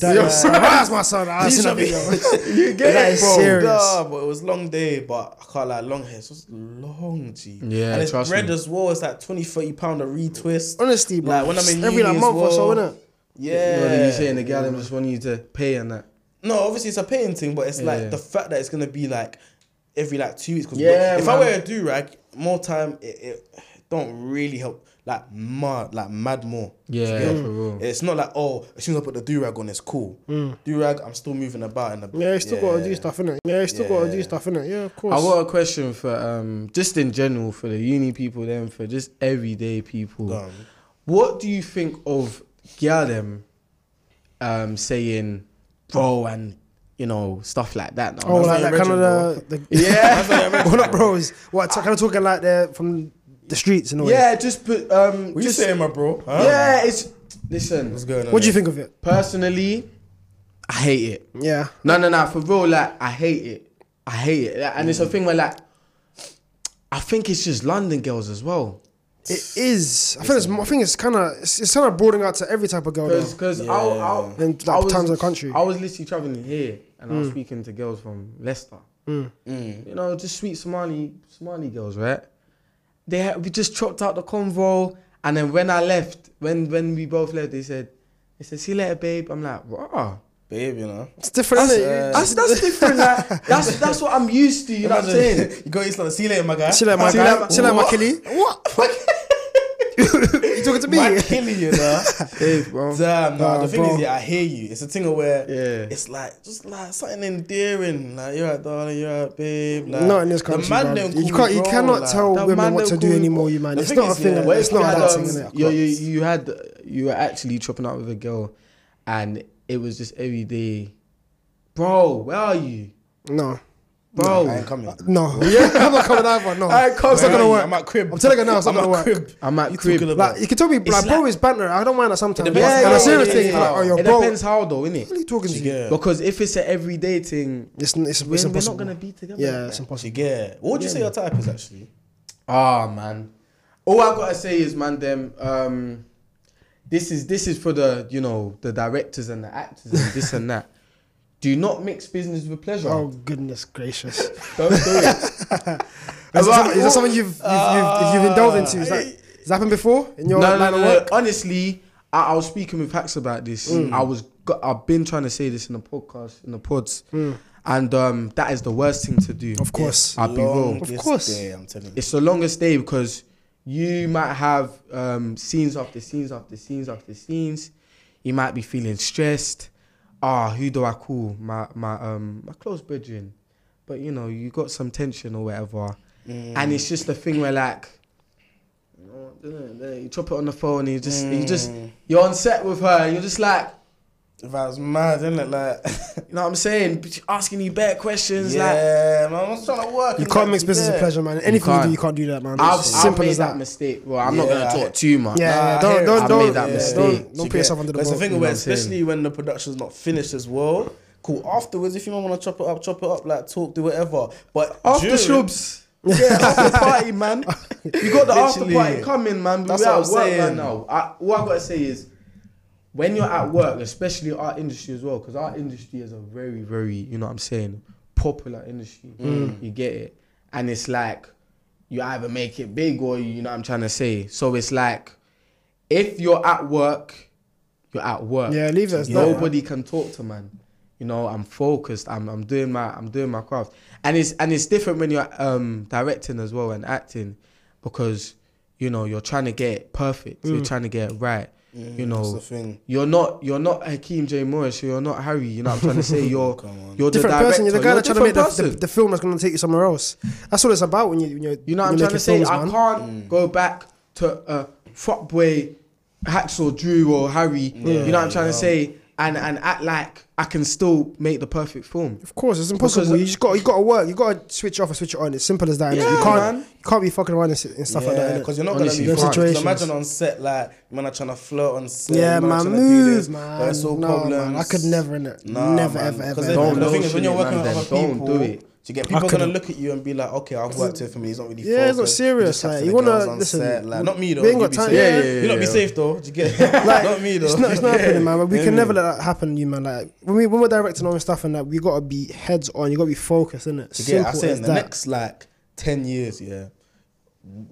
Speaker 1: That
Speaker 2: Yo,
Speaker 1: is- Rise, my son. I
Speaker 2: These
Speaker 1: seen
Speaker 2: are
Speaker 1: that video.
Speaker 3: You get
Speaker 1: That
Speaker 3: it,
Speaker 1: is
Speaker 3: bro.
Speaker 1: serious.
Speaker 2: Nah, but it was long day, but I can't lie, long hair. It's just long, G.
Speaker 3: Yeah,
Speaker 2: and it's
Speaker 3: trust
Speaker 2: red
Speaker 3: me.
Speaker 2: as well. It's like 20, 30 pound a retwist.
Speaker 1: Honestly, bro.
Speaker 2: Like, when I'm in
Speaker 1: every
Speaker 2: uni
Speaker 1: like
Speaker 2: as
Speaker 1: month or so,
Speaker 2: well.
Speaker 1: innit?
Speaker 2: Yeah.
Speaker 3: You know, then you saying the girl them just want you to pay and that.
Speaker 2: No, obviously it's a painting, but it's
Speaker 3: Yeah.
Speaker 2: like the fact that it's gonna be like every like two weeks. Cause
Speaker 3: Yeah,
Speaker 2: if
Speaker 3: man.
Speaker 2: I wear a do rag, more time it, it don't really help. Like mad, like mad more.
Speaker 3: Yeah,
Speaker 2: You get?
Speaker 3: for real.
Speaker 2: It's not like oh, as soon as I put the do rag on, it's cool. Do rag, I'm still moving about in the.
Speaker 1: Mm. Yeah, you still gotta do stuff, innit? Yeah, you still gotta do
Speaker 2: Yeah.
Speaker 1: stuff, innit? Yeah, of
Speaker 3: I
Speaker 1: course.
Speaker 3: got a question for um just in general for the uni people then for just everyday people.
Speaker 2: Go on.
Speaker 3: What do you think of girl them um saying bro and you know stuff like that now?
Speaker 1: Oh, like
Speaker 2: That's not
Speaker 1: that kind
Speaker 2: original,
Speaker 1: of the, the
Speaker 3: yeah.
Speaker 1: what up, bros? What t- kind of talking like they're from the streets and all that?
Speaker 3: yeah, just put um
Speaker 2: What you
Speaker 3: just
Speaker 2: saying, my bro? Huh?
Speaker 3: Yeah, it's listen.
Speaker 2: What's going on?
Speaker 1: What do you
Speaker 2: here?
Speaker 1: think of it?
Speaker 3: Personally, I hate it.
Speaker 1: Yeah.
Speaker 3: No, no, no. For real, like I hate it. I hate it, Like, and
Speaker 1: Mm.
Speaker 3: it's a thing where like I think it's just London girls as well.
Speaker 1: It is. I think it's. I think it's kind of. It's, it's kind of broadening out to every type of girl.
Speaker 3: Because
Speaker 1: though.
Speaker 3: because
Speaker 2: Yeah.
Speaker 3: I, I,
Speaker 1: And,
Speaker 3: I
Speaker 1: like,
Speaker 3: was,
Speaker 1: times of the country. Mm.
Speaker 3: I was literally traveling here and I was speaking to girls from Leicester.
Speaker 2: Mm,
Speaker 3: You know, just sweet Somali Somali girls, right? They had, we just chopped out the convo, and then when I left, when when we both left, they said, "They said see you later, babe." I'm like, "Raw."
Speaker 2: babe? You know.
Speaker 1: It's different.
Speaker 3: That's, uh,
Speaker 1: innit?
Speaker 3: that's that's different. Like, that's that's what I'm used to. You know what I'm saying?
Speaker 2: you go East London. See you later, my guy.
Speaker 1: See like my
Speaker 3: See
Speaker 1: guy.
Speaker 3: like-
Speaker 1: See like my
Speaker 3: What?
Speaker 1: Kelly. What? you talking to me?
Speaker 2: Might kill you, nah.
Speaker 3: Hey, bro.
Speaker 2: Damn, nah,
Speaker 1: Nah,
Speaker 2: the thing
Speaker 1: bro.
Speaker 2: is, yeah, I hear you. It's a thing of where
Speaker 3: Yeah.
Speaker 2: it's like just like something endearing. Like you're right, darling, you're right, babe. Like,
Speaker 1: Not in this country,
Speaker 2: The man
Speaker 1: bro.
Speaker 2: don't
Speaker 1: You
Speaker 2: call
Speaker 1: can't-
Speaker 2: me
Speaker 1: you
Speaker 2: bro,
Speaker 1: cannot
Speaker 2: like,
Speaker 1: tell-
Speaker 3: That
Speaker 1: women
Speaker 3: man
Speaker 1: what to
Speaker 3: don't
Speaker 1: do
Speaker 3: call-
Speaker 1: anymore, you man.
Speaker 2: The
Speaker 1: It's
Speaker 2: thing
Speaker 1: not a
Speaker 2: is,
Speaker 1: thing,
Speaker 2: yeah,
Speaker 1: innit?
Speaker 2: what
Speaker 1: it's
Speaker 2: if
Speaker 1: not
Speaker 2: you
Speaker 1: a
Speaker 2: had,
Speaker 1: that
Speaker 2: um,
Speaker 1: thing, innit?
Speaker 3: you, you, you had you were actually chopping up with a girl, and it was just every day, bro. Where are you,
Speaker 1: No,
Speaker 3: bro?
Speaker 2: I ain't coming.
Speaker 1: no, yeah, I'm not coming either. No,
Speaker 2: I
Speaker 1: it's not gonna work.
Speaker 2: I'm at crib.
Speaker 1: I'm telling you now, it's not
Speaker 2: I'm
Speaker 1: gonna
Speaker 2: at
Speaker 1: work.
Speaker 2: crib.
Speaker 3: I'm at
Speaker 2: You
Speaker 3: crib.
Speaker 2: talking about-
Speaker 1: Like you can tell me, like,
Speaker 2: It's
Speaker 1: bro is banter. I don't mind that sometimes.
Speaker 2: depends
Speaker 1: Yeah,
Speaker 2: how
Speaker 1: and a
Speaker 2: you-
Speaker 1: serious
Speaker 2: yeah,
Speaker 1: thing,
Speaker 2: yeah,
Speaker 1: like, oh,
Speaker 2: yeah.
Speaker 1: your
Speaker 3: it
Speaker 1: bro,
Speaker 3: depends how though, innit?
Speaker 1: what are you talking to?
Speaker 2: Yeah.
Speaker 3: Because if it's an everyday thing,
Speaker 1: It's, it's, it's
Speaker 3: we're, we're
Speaker 1: impossible.
Speaker 3: not gonna be together.
Speaker 1: yeah, it's
Speaker 2: She
Speaker 1: impossible.
Speaker 2: get. What would you say your type is actually?
Speaker 3: Ah man. All I gotta say is man them um this is this is for the you know the directors and the actors and this and that. Do not mix business with pleasure.
Speaker 1: Oh goodness gracious!
Speaker 3: Don't do it.
Speaker 1: Is that
Speaker 3: About-
Speaker 1: something- is that something you've you've, you've,
Speaker 2: Ah.
Speaker 1: you've been delved into? Is that, has that happened before in your
Speaker 3: no, no,
Speaker 1: line
Speaker 3: no,
Speaker 1: of
Speaker 3: no.
Speaker 1: work? Mm.
Speaker 3: Honestly, I, I was speaking with Pax about this. I was go- I've been trying to say this in the podcast, in the pods. And um that is the worst thing to do.
Speaker 1: Mm. Of course.
Speaker 3: I'll be real.
Speaker 2: Longest
Speaker 1: Of course.
Speaker 2: Day, I'm telling you.
Speaker 3: it's the longest day because you might have um, scenes after scenes after scenes after scenes. You might be feeling stressed. Ah, who do I call? My my um my close brethren. But you know, you got some tension or whatever.
Speaker 1: Mm.
Speaker 3: And it's just a thing where like you chop it on the phone and you just you just
Speaker 1: Mm.
Speaker 3: you're on set with her and you're just like
Speaker 2: If I was mad, isn't it? Like,
Speaker 3: you know what I'm saying? She's Asking you bad questions like
Speaker 2: yeah, man, I'm just trying to work.
Speaker 1: You
Speaker 2: and
Speaker 1: can't
Speaker 2: like,
Speaker 1: mix business
Speaker 2: yeah.
Speaker 1: with pleasure, man. Anything you, do,
Speaker 3: can't.
Speaker 1: you can't do that, man.
Speaker 3: I've,
Speaker 1: It's
Speaker 3: I've
Speaker 1: simple
Speaker 3: made
Speaker 1: as
Speaker 3: that,
Speaker 1: that.
Speaker 3: mistake. Well, I'm not
Speaker 2: Yeah,
Speaker 3: gonna
Speaker 2: I-
Speaker 3: talk too much.
Speaker 1: Yeah, yeah,
Speaker 2: I
Speaker 1: don't
Speaker 2: hear it.
Speaker 1: don't
Speaker 3: I
Speaker 1: don't,
Speaker 3: made that
Speaker 1: yeah,
Speaker 3: mistake.
Speaker 1: don't don't put yourself under the
Speaker 2: That's
Speaker 1: bus.
Speaker 2: the thing
Speaker 3: know
Speaker 2: where,
Speaker 3: what I'm saying?
Speaker 2: especially when the production's not finished as well. Cool. Afterwards, if you want to chop it up, chop it up. Like talk, do whatever. But
Speaker 3: After
Speaker 2: during-
Speaker 3: shrubs. Yeah, after party, man. You got the after
Speaker 2: Literally.
Speaker 3: party coming, man.
Speaker 2: That's what
Speaker 3: We're at
Speaker 2: I'm
Speaker 3: work
Speaker 2: saying.
Speaker 3: right now. I, what I gotta say is, when you're at work, especially our industry as well, because our industry is a very, very, you know what I'm saying, popular industry.
Speaker 2: Mm.
Speaker 3: You get it? And it's like, you either make it big or you know what I'm trying to say. So it's like, if you're at work, you're at work.
Speaker 1: Yeah, leave it as that, man.
Speaker 3: Nobody can talk to man. You know, I'm focused. I'm I'm doing my I'm doing my craft. And it's and it's different when you're um directing as well and acting because you know you're trying to get it perfect.
Speaker 1: Mm.
Speaker 3: You're trying to get it right. you know,
Speaker 2: Mm, the thing.
Speaker 3: you're not you're not Hakeem J Morris. You're not Harry. You know what I'm trying to say. You're you're the
Speaker 1: different
Speaker 3: director.
Speaker 1: person. You're the guy
Speaker 3: you're
Speaker 1: that's
Speaker 3: a
Speaker 1: trying to make
Speaker 3: different
Speaker 1: the, the,
Speaker 3: person.
Speaker 1: the film that's going to take you somewhere else. That's what it's about when you when you're
Speaker 3: You know what
Speaker 1: when you're
Speaker 3: I'm trying to say?
Speaker 1: making
Speaker 3: I
Speaker 1: films, man.
Speaker 3: can't go back to uh, fuckboy, Hacks or Drew or Harry. you know what I'm trying to say? And and act like I can still make the perfect film.
Speaker 1: Of course, it's impossible.
Speaker 3: Because-
Speaker 1: you just got you got to work. You got to switch off and switch it on. It's simple as that. innit?
Speaker 3: Yeah,
Speaker 1: you can't
Speaker 3: man.
Speaker 1: you can't be fucking around and, s- and stuff like
Speaker 2: yeah,
Speaker 1: that. innit?
Speaker 2: because you're not
Speaker 3: Honestly,
Speaker 2: gonna
Speaker 1: those
Speaker 2: be fun. 'Cause
Speaker 1: situations.
Speaker 2: Imagine on set, like man, are trying to flirt on set.
Speaker 1: yeah,
Speaker 2: man, are
Speaker 1: man,
Speaker 2: trying to do
Speaker 1: move,
Speaker 2: this,
Speaker 1: man.
Speaker 2: But it's all
Speaker 1: no,
Speaker 2: problems.
Speaker 1: man, I could never in it.
Speaker 2: Nah,
Speaker 1: never
Speaker 2: man,
Speaker 1: ever
Speaker 2: 'cause
Speaker 1: ever.
Speaker 2: then
Speaker 1: ever.
Speaker 3: Don't
Speaker 2: the
Speaker 3: know
Speaker 2: thing is, when
Speaker 3: shit,
Speaker 2: you're working with
Speaker 3: man,
Speaker 2: other
Speaker 3: then don't
Speaker 2: people,
Speaker 3: do it.
Speaker 2: you get
Speaker 1: I
Speaker 2: people gonna
Speaker 1: couldn't.
Speaker 2: look at you and be like, okay, I've worked here for me. He's not really.
Speaker 1: Yeah, it's not
Speaker 2: focused.
Speaker 1: serious,
Speaker 2: He just chats
Speaker 1: like,
Speaker 2: to
Speaker 1: you
Speaker 2: the
Speaker 1: wanna-
Speaker 2: girls on
Speaker 1: listen,
Speaker 2: set, like, not me though.
Speaker 1: we ain't
Speaker 2: you
Speaker 1: got
Speaker 2: be
Speaker 1: time-
Speaker 2: safe.
Speaker 1: Yeah,
Speaker 3: yeah, yeah,
Speaker 2: You not be
Speaker 3: yeah.
Speaker 2: safe though. Do you get?
Speaker 1: Like,
Speaker 2: Not me though.
Speaker 1: It's not, it's not
Speaker 2: Yeah.
Speaker 1: happening, man. But we
Speaker 2: Yeah.
Speaker 1: can never let that happen, to you man. Like when we when we're directing on stuff and that, we gotta be heads on. You gotta be focused, innit?
Speaker 2: To get, I
Speaker 1: Simple
Speaker 2: say
Speaker 1: as
Speaker 2: in the next like ten years, yeah,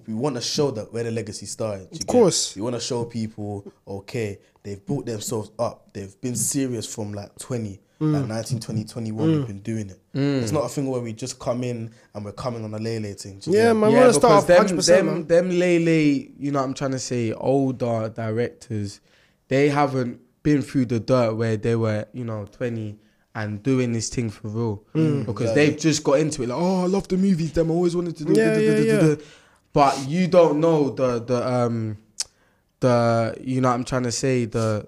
Speaker 2: we want to show that where the legacy started. Of
Speaker 1: course.
Speaker 2: we want to show people, okay, they've built themselves up. They've been serious from like twenty,
Speaker 3: Mm.
Speaker 2: like 19, 20, 21, We've been doing it. It's not a thing where we just come in and we're coming on a lay thing. do you
Speaker 1: Yeah,
Speaker 2: get?
Speaker 1: man. I wanna start off
Speaker 3: because
Speaker 1: 100%,
Speaker 3: them, them,
Speaker 1: man.
Speaker 3: them Lele, you know what I'm trying to say, older directors, they haven't been through the dirt where they were, you know, 20 and doing this thing for real.
Speaker 1: Mm.
Speaker 3: Because they've just got into it like, oh, I love the movies, them, I always wanted to do
Speaker 1: Yeah,
Speaker 3: da- da-
Speaker 1: yeah,
Speaker 3: da- da-
Speaker 1: yeah.
Speaker 3: da." But you don't know the, the, um, the, you know what I'm trying to say, the,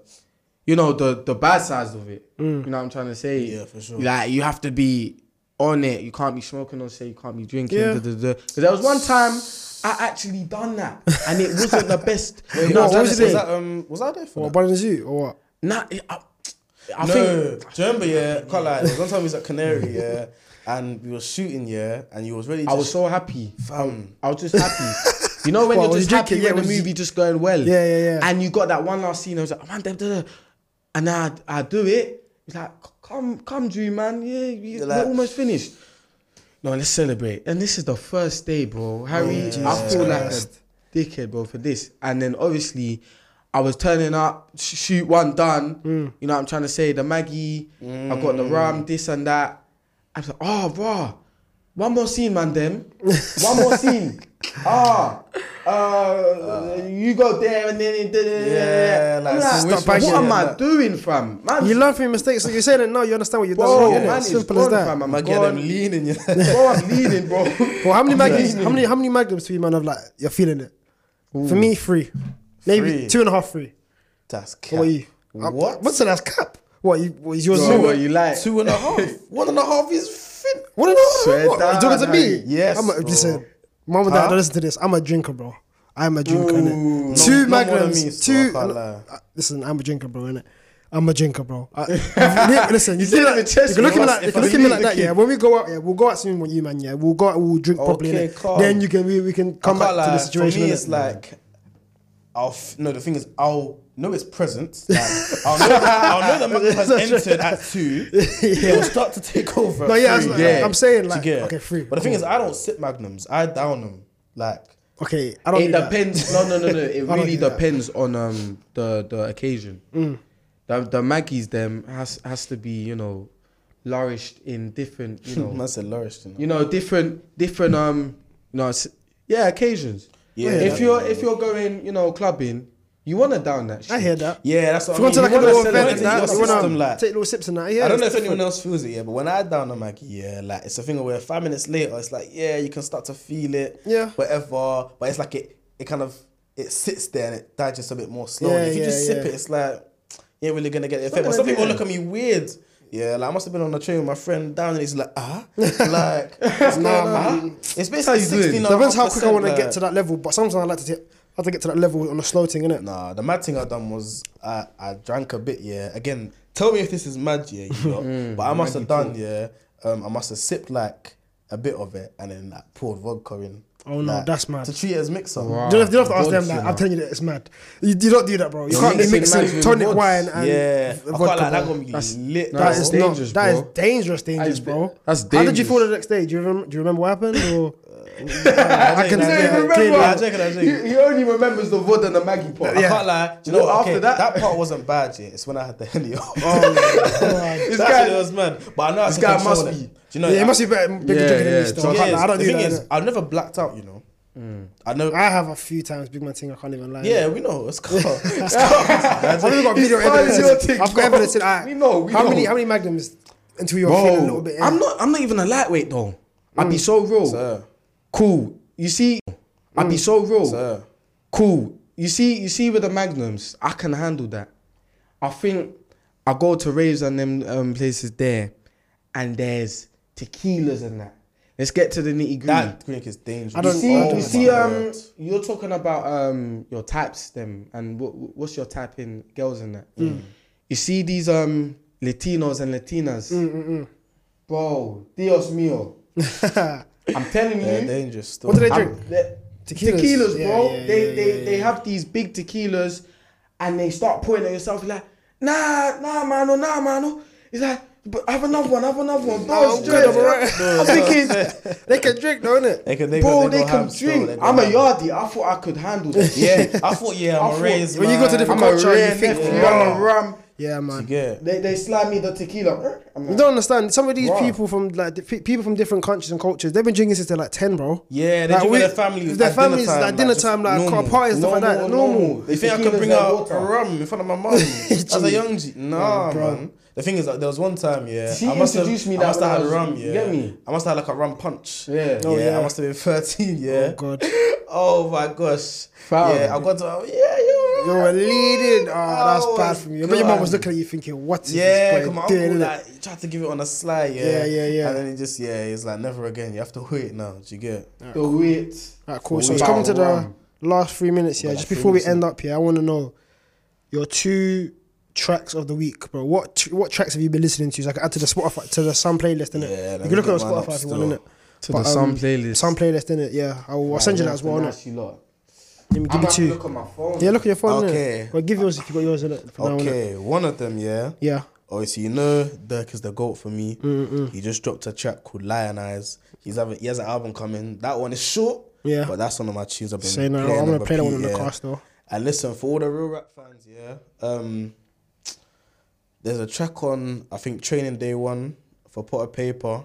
Speaker 3: you know, the, the bad sides of it.
Speaker 1: Mm.
Speaker 3: You know what I'm trying to say?
Speaker 2: Yeah, for sure.
Speaker 3: Like, you have to be on it. You can't be smoking on set. You can't be drinking.
Speaker 1: Yeah.
Speaker 3: da- da- because there was one time I actually done that, and it wasn't the best.
Speaker 2: Wait,
Speaker 3: You know
Speaker 2: was,
Speaker 3: what I'm
Speaker 2: that,
Speaker 3: trying to
Speaker 2: was
Speaker 3: say?
Speaker 2: that um was I there for?
Speaker 1: What
Speaker 2: that?
Speaker 1: abandons you or what?
Speaker 3: Nah, it- I, I
Speaker 2: no,
Speaker 3: think
Speaker 2: do you remember? Yeah, can't lie. There was one time we was at Canary, yeah, and we were shooting, yeah, and you was ready. To um,
Speaker 3: I was so happy.
Speaker 2: fam.
Speaker 3: I was just happy. You know when
Speaker 1: What,
Speaker 3: you're
Speaker 1: was
Speaker 3: just
Speaker 1: you
Speaker 3: happy
Speaker 1: drinking? Yeah,
Speaker 3: when the
Speaker 1: was you-
Speaker 3: movie just going well.
Speaker 1: Yeah, yeah, yeah.
Speaker 3: And you got that one last scene. I was like, man, da, da, da. and I I do it. He's like, come, come, Drew, man. Yeah, we,
Speaker 2: You're
Speaker 3: are
Speaker 2: like-
Speaker 3: almost finished. No, let's celebrate. And this is the first day, bro. Harry, I
Speaker 1: Jesus
Speaker 3: feel
Speaker 1: Christ.
Speaker 3: like a dickhead, bro, for this. And then obviously, I was turning up, sh- shoot one done.
Speaker 1: Mm.
Speaker 3: You know what I'm trying to say? The Maggie, I got the rum, this and that. I was like, oh, bro, one more scene, man, them. One more scene. Ah. uh,
Speaker 1: Ah.
Speaker 3: you go there and then it did it.
Speaker 2: Yeah, like,
Speaker 3: I'm
Speaker 2: so
Speaker 1: which
Speaker 3: what
Speaker 1: one
Speaker 3: am
Speaker 2: you
Speaker 3: I
Speaker 2: end up?
Speaker 3: doing, fam? Man,
Speaker 1: You learn from your mistakes. So you're saying it now, you understand what you've done.
Speaker 3: bro,
Speaker 1: wrong, innit?
Speaker 3: man, it's
Speaker 1: Simple as
Speaker 3: gone,
Speaker 1: that.
Speaker 3: fam. I'm
Speaker 2: Man, get them
Speaker 3: gone.
Speaker 2: lean in your.
Speaker 3: bro, I'm leaning, bro.
Speaker 1: Well, how many magnums? How many how many magnums do you man have? Like you're feeling it. For me, three, maybe
Speaker 2: Three.
Speaker 1: two and a half, three.
Speaker 2: That's cap.
Speaker 1: What are you? Uh,
Speaker 2: What?
Speaker 1: What's the last cap? What you? What is yours?
Speaker 3: Bro,
Speaker 1: zero?
Speaker 3: what you like?
Speaker 2: Two and a half. One and a half is thin.
Speaker 1: What are you
Speaker 3: Swear
Speaker 1: what, are you talking to
Speaker 3: down,
Speaker 1: me?
Speaker 3: man.
Speaker 2: Yes,
Speaker 1: I'm a,
Speaker 2: bro.
Speaker 1: listen, mom and dad,
Speaker 2: Huh?
Speaker 1: don't listen to this. I'm a drinker, bro. I'm a drinker. innit?
Speaker 2: No-
Speaker 1: two
Speaker 2: no more than
Speaker 1: magnums.
Speaker 2: me, so I
Speaker 1: two.
Speaker 2: can't lie.
Speaker 1: uh, listen, I'm a drinker, bro. Innit? I'm a drinker, bro. I, li- listen, you,
Speaker 3: said
Speaker 1: do
Speaker 3: it
Speaker 1: like,
Speaker 3: with chest,
Speaker 1: you can look at me
Speaker 3: bro.
Speaker 1: like, you
Speaker 3: If
Speaker 1: can
Speaker 3: I
Speaker 1: look at me
Speaker 3: leave
Speaker 1: like
Speaker 3: the
Speaker 1: that, yeah.
Speaker 3: kid-
Speaker 1: When we go out, yeah, we'll go out soon with you, man. Yeah, we'll go out, we'll drink properly.
Speaker 2: Okay,
Speaker 1: innit?
Speaker 2: calm.
Speaker 1: Then you can we, we can come back
Speaker 2: can't
Speaker 1: to the
Speaker 2: lie,
Speaker 1: situation.
Speaker 2: For me,
Speaker 1: innit?
Speaker 2: it's like I'll f- no. The thing is, I'll know it's present. Like, I'll, know, I'll know the man has entered at two. It'll start to take over.
Speaker 1: No,
Speaker 2: at
Speaker 1: yeah,
Speaker 2: three.
Speaker 1: that's- Yeah. I'm saying, like,
Speaker 2: Do you get it?
Speaker 1: okay, three.
Speaker 2: But the thing is, I don't sip magnums. I down them. Like
Speaker 1: okay, I don't.
Speaker 3: It
Speaker 1: do that.
Speaker 3: depends. No, no, no, no. It
Speaker 1: don't
Speaker 3: really
Speaker 1: do that. Mm.
Speaker 3: depends on um the the occasion. The the Maggie's them has has to be you know, nourished in different you
Speaker 1: Hmm.
Speaker 3: know
Speaker 2: man said nourished. You know?
Speaker 3: you know different different um you know s- yeah occasions.
Speaker 2: Yeah,
Speaker 3: If
Speaker 2: that-
Speaker 3: you're if you're going you know clubbing, you wanna down that. Shit.
Speaker 1: I hear that.
Speaker 2: Yeah, that's
Speaker 1: If
Speaker 2: what
Speaker 1: you want to
Speaker 2: I
Speaker 1: like
Speaker 2: mean.
Speaker 1: a
Speaker 2: You
Speaker 1: little
Speaker 2: wanna
Speaker 1: event
Speaker 2: celebrate
Speaker 1: and
Speaker 2: your
Speaker 1: that, you
Speaker 2: system,
Speaker 1: wanna
Speaker 2: like-
Speaker 1: take little sips and that. Yeah,
Speaker 2: I don't
Speaker 1: it's
Speaker 2: know if
Speaker 1: different.
Speaker 2: anyone else feels it, yeah, but when I down the Maggie, yeah, like it's a thing where five minutes later, it's like, yeah, you can start to feel it,
Speaker 1: Yeah.
Speaker 2: whatever. But it's like it, it kind of it sits there and it digests a bit more slowly.
Speaker 1: Yeah,
Speaker 2: if you
Speaker 1: yeah,
Speaker 2: just sip
Speaker 1: yeah.
Speaker 2: it, it's like you ain't really gonna get the effect.
Speaker 3: not
Speaker 2: But some
Speaker 3: gonna
Speaker 2: people
Speaker 3: do
Speaker 2: look at me weird. Yeah, like I must have been on the train with my friend down, and he's like, ah, like, what's going
Speaker 1: Nah,
Speaker 2: on?
Speaker 1: man.
Speaker 2: It's basically
Speaker 3: you doing?
Speaker 2: 16
Speaker 1: Depends how quick I want to get to that level, but sometimes I like to t- have to get to that level on a slow thing, innit?
Speaker 2: Nah, the mad thing I done was I, I drank a bit, yeah. Again, tell me if this is mad, yeah, you lot. but I must have done, yeah. Um, I must have sipped like a bit of it and then like poured vodka in.
Speaker 1: Oh, no,
Speaker 2: like,
Speaker 1: that's mad.
Speaker 2: To treat it as mixer.
Speaker 3: Wow.
Speaker 1: You don't have, you don't have to ask them
Speaker 3: Vodka,
Speaker 1: that.
Speaker 3: man.
Speaker 1: I'm telling you that it's mad. You, you don't do that, bro. You
Speaker 3: You're
Speaker 1: can't be
Speaker 3: mixing mad
Speaker 1: mixing
Speaker 3: with
Speaker 1: tonic
Speaker 3: vodka.
Speaker 1: wine and
Speaker 2: Yeah, I
Speaker 1: vodka.
Speaker 2: quite like that
Speaker 1: bro.
Speaker 2: gonna be lit.
Speaker 3: no,
Speaker 2: though.
Speaker 1: that
Speaker 3: That's
Speaker 1: is not.
Speaker 3: dangerous,
Speaker 1: That
Speaker 3: bro.
Speaker 1: is dangerous, dangerous,
Speaker 3: da-
Speaker 1: bro.
Speaker 3: that's
Speaker 1: How did you
Speaker 3: dangerous.
Speaker 1: feel the next day? Do you remember? Do you remember what happened? Or I can
Speaker 2: don't
Speaker 1: yeah,
Speaker 2: even remember.
Speaker 1: clearly-
Speaker 2: I check it, I check it.
Speaker 3: He, he only remembers the wood and the Maggie pot.
Speaker 2: I
Speaker 1: Yeah.
Speaker 2: can't lie. Do you know
Speaker 3: Well,
Speaker 2: what?
Speaker 3: after
Speaker 2: Okay,
Speaker 3: that-
Speaker 2: that, part wasn't bad yet. It's when I had the henny off.
Speaker 1: Oh,
Speaker 3: This
Speaker 2: That's
Speaker 3: guy-
Speaker 2: when it was mad. But I know I
Speaker 3: this
Speaker 2: can
Speaker 3: guy
Speaker 2: control
Speaker 3: must
Speaker 2: it.
Speaker 3: be-
Speaker 2: Do you know?
Speaker 1: God. yeah, it
Speaker 2: I-
Speaker 1: must be better. bigger
Speaker 3: Yeah,
Speaker 1: drinking than me
Speaker 3: yeah,
Speaker 1: still.
Speaker 2: The
Speaker 1: I
Speaker 3: drunk
Speaker 1: can't
Speaker 2: thing
Speaker 1: lie, I don't
Speaker 2: is, the
Speaker 1: do
Speaker 2: thing
Speaker 1: that.
Speaker 2: is,
Speaker 1: innit?
Speaker 2: I've never blacked out. You know, I know.
Speaker 1: I have a few times big man thing. I can't even lie.
Speaker 2: Yeah, we know. It's cool. It's
Speaker 1: I've even got
Speaker 3: He's
Speaker 1: video
Speaker 3: fine,
Speaker 1: evidence.
Speaker 3: he'll take
Speaker 1: I've got
Speaker 3: it.
Speaker 1: evidence. in- alright.
Speaker 3: We know, we
Speaker 1: how
Speaker 3: know.
Speaker 1: many how many magnums until you're feeling a little
Speaker 3: Bro,
Speaker 1: bit? Mm.
Speaker 3: I'm not. I'm not even a lightweight though. I'd be so raw.
Speaker 2: Sir.
Speaker 3: Cool. You see, I'd
Speaker 1: Mm.
Speaker 3: be so raw.
Speaker 2: Sir.
Speaker 3: Cool. You see, you see with the magnums, I can handle that. I think I go to raves and them um, places there, and there's tequilas and that. Let's get to the nitty gritty.
Speaker 2: That drink is dangerous.
Speaker 1: I
Speaker 3: You
Speaker 1: don't-
Speaker 3: see,
Speaker 1: oh
Speaker 3: you
Speaker 1: my
Speaker 3: see, um, you're talking about um your types them and what what's your type in girls and that.
Speaker 1: Mm.
Speaker 3: You see these um Latinos and Latinas,
Speaker 1: Mm,
Speaker 3: bro. Dios mío,
Speaker 1: Yeah.
Speaker 3: I'm telling you.
Speaker 2: They're dangerous. Still.
Speaker 1: What do they
Speaker 3: I'm-
Speaker 1: drink?
Speaker 3: they-
Speaker 1: Tequilas.
Speaker 3: Tequilas,
Speaker 1: Yeah,
Speaker 3: bro.
Speaker 1: yeah, yeah,
Speaker 3: they they
Speaker 1: yeah,
Speaker 3: they
Speaker 1: yeah.
Speaker 3: have these big tequilas, and they start pointing at yourself like, nah, nah, mano, nah, mano. It's like, but have another one, have another one, bro.
Speaker 1: Oh,
Speaker 3: it's
Speaker 1: good, I'm
Speaker 3: straight.
Speaker 1: alright.
Speaker 3: I'm thinking,
Speaker 1: they can drink, though, innit?
Speaker 2: They can,
Speaker 3: bro,
Speaker 2: go-
Speaker 3: they
Speaker 2: go
Speaker 3: can
Speaker 2: ham still,
Speaker 3: drink.
Speaker 2: they go
Speaker 3: I'm a
Speaker 2: ham.
Speaker 3: yardie. I thought I could handle that.
Speaker 2: Yeah, I thought yeah,
Speaker 3: I
Speaker 2: I'm
Speaker 3: thought-
Speaker 2: a raised
Speaker 1: When you go to
Speaker 2: man.
Speaker 1: different
Speaker 3: I'm
Speaker 1: culture,
Speaker 3: a
Speaker 1: you
Speaker 3: rare
Speaker 1: think,
Speaker 3: nigga,
Speaker 1: yeah.
Speaker 3: I'm a ram.
Speaker 1: Yeah, man.
Speaker 2: Yeah.
Speaker 3: They they slide me the tequila. I'm
Speaker 1: You
Speaker 3: like,
Speaker 1: don't understand. Some of these
Speaker 3: Bruh.
Speaker 1: people from like di- pe- people from different countries and cultures, they've been drinking since they're like ten, bro.
Speaker 2: Yeah, they
Speaker 1: like
Speaker 2: drink with their family
Speaker 1: Their
Speaker 2: at dinner
Speaker 1: families
Speaker 2: time,
Speaker 1: like
Speaker 2: like,
Speaker 1: dinner
Speaker 2: just
Speaker 1: time, like
Speaker 2: normal.
Speaker 1: normal, parties, stuff like that.
Speaker 3: Normal,
Speaker 1: Normal.
Speaker 3: normal.
Speaker 2: You think I
Speaker 3: Tequila's
Speaker 2: could bring
Speaker 3: like
Speaker 2: out
Speaker 3: water.
Speaker 2: a rum in front of my mum as a young G? Nah,
Speaker 1: bro.
Speaker 2: man. The thing is, like, there was one time, yeah.
Speaker 3: She
Speaker 2: I must
Speaker 3: introduced
Speaker 2: have,
Speaker 3: me
Speaker 2: I
Speaker 3: that
Speaker 2: must
Speaker 3: when
Speaker 2: have
Speaker 3: I
Speaker 2: had
Speaker 3: was-
Speaker 2: rum,
Speaker 3: you
Speaker 2: yeah.
Speaker 3: get me?
Speaker 2: I must have had like a rum punch.
Speaker 3: Yeah.
Speaker 1: Oh,
Speaker 2: yeah,
Speaker 1: yeah.
Speaker 2: I must have been 13, yeah.
Speaker 1: Oh god,
Speaker 2: Oh my gosh.
Speaker 3: Fam.
Speaker 2: Yeah, I got to. oh, Yeah, you're
Speaker 1: you're leading. Oh,
Speaker 2: Oh,
Speaker 1: that's bad from you. But your mum was looking at you thinking, "What is
Speaker 2: Yeah,
Speaker 1: this
Speaker 2: come
Speaker 1: boy
Speaker 2: on.
Speaker 1: doing?"
Speaker 2: Uncle,
Speaker 1: innit?
Speaker 2: like, he tried to give it on a sly,
Speaker 1: Yeah,
Speaker 2: yeah.
Speaker 1: yeah, yeah.
Speaker 2: And then he just, yeah, he's like, never again. You have to wait now. Do you get it?
Speaker 3: the weight.
Speaker 1: Alright, cool.
Speaker 3: Well,
Speaker 1: So
Speaker 3: we
Speaker 1: it's coming to
Speaker 3: got
Speaker 1: the
Speaker 3: one.
Speaker 1: last three minutes here.
Speaker 2: got
Speaker 1: Just
Speaker 2: like three
Speaker 1: before we
Speaker 2: minutes,
Speaker 1: end up here, I want to know your two tracks of the week, bro. What t- what tracks have you been listening to? So I can add to the Spotify to the Sun playlist, innit?
Speaker 2: Yeah,
Speaker 1: you
Speaker 2: let
Speaker 1: can
Speaker 2: me
Speaker 1: look at
Speaker 2: get
Speaker 1: the
Speaker 2: mine up
Speaker 1: Spotify if you want,
Speaker 2: still.
Speaker 1: innit?
Speaker 3: To
Speaker 1: But,
Speaker 3: the Sun
Speaker 1: um,
Speaker 3: playlist.
Speaker 1: Sun playlist, innit? Yeah, I'll, I'll send you that as well, innit? Let me give you two.
Speaker 3: Look at my phone.
Speaker 1: Yeah, look at your phone.
Speaker 2: Okay.
Speaker 1: Innit? Well, give yours if you got yours in it. For now, innit?
Speaker 2: Okay, one of them, yeah.
Speaker 1: Yeah.
Speaker 2: Obviously, you know Dirk is the goat for me. He just dropped a track called Lion Eyes. He's having he has an album coming. That one is short,
Speaker 1: Yeah.
Speaker 2: but that's one of my tunes I've been
Speaker 1: Say no.
Speaker 2: playing
Speaker 1: I'm gonna
Speaker 2: on
Speaker 1: play that one in
Speaker 2: repeat,
Speaker 1: the
Speaker 2: yeah.
Speaker 1: car still.
Speaker 2: And listen, for all the real rap fans, yeah, um, there's a track on I think Training Day One for Potter Paper,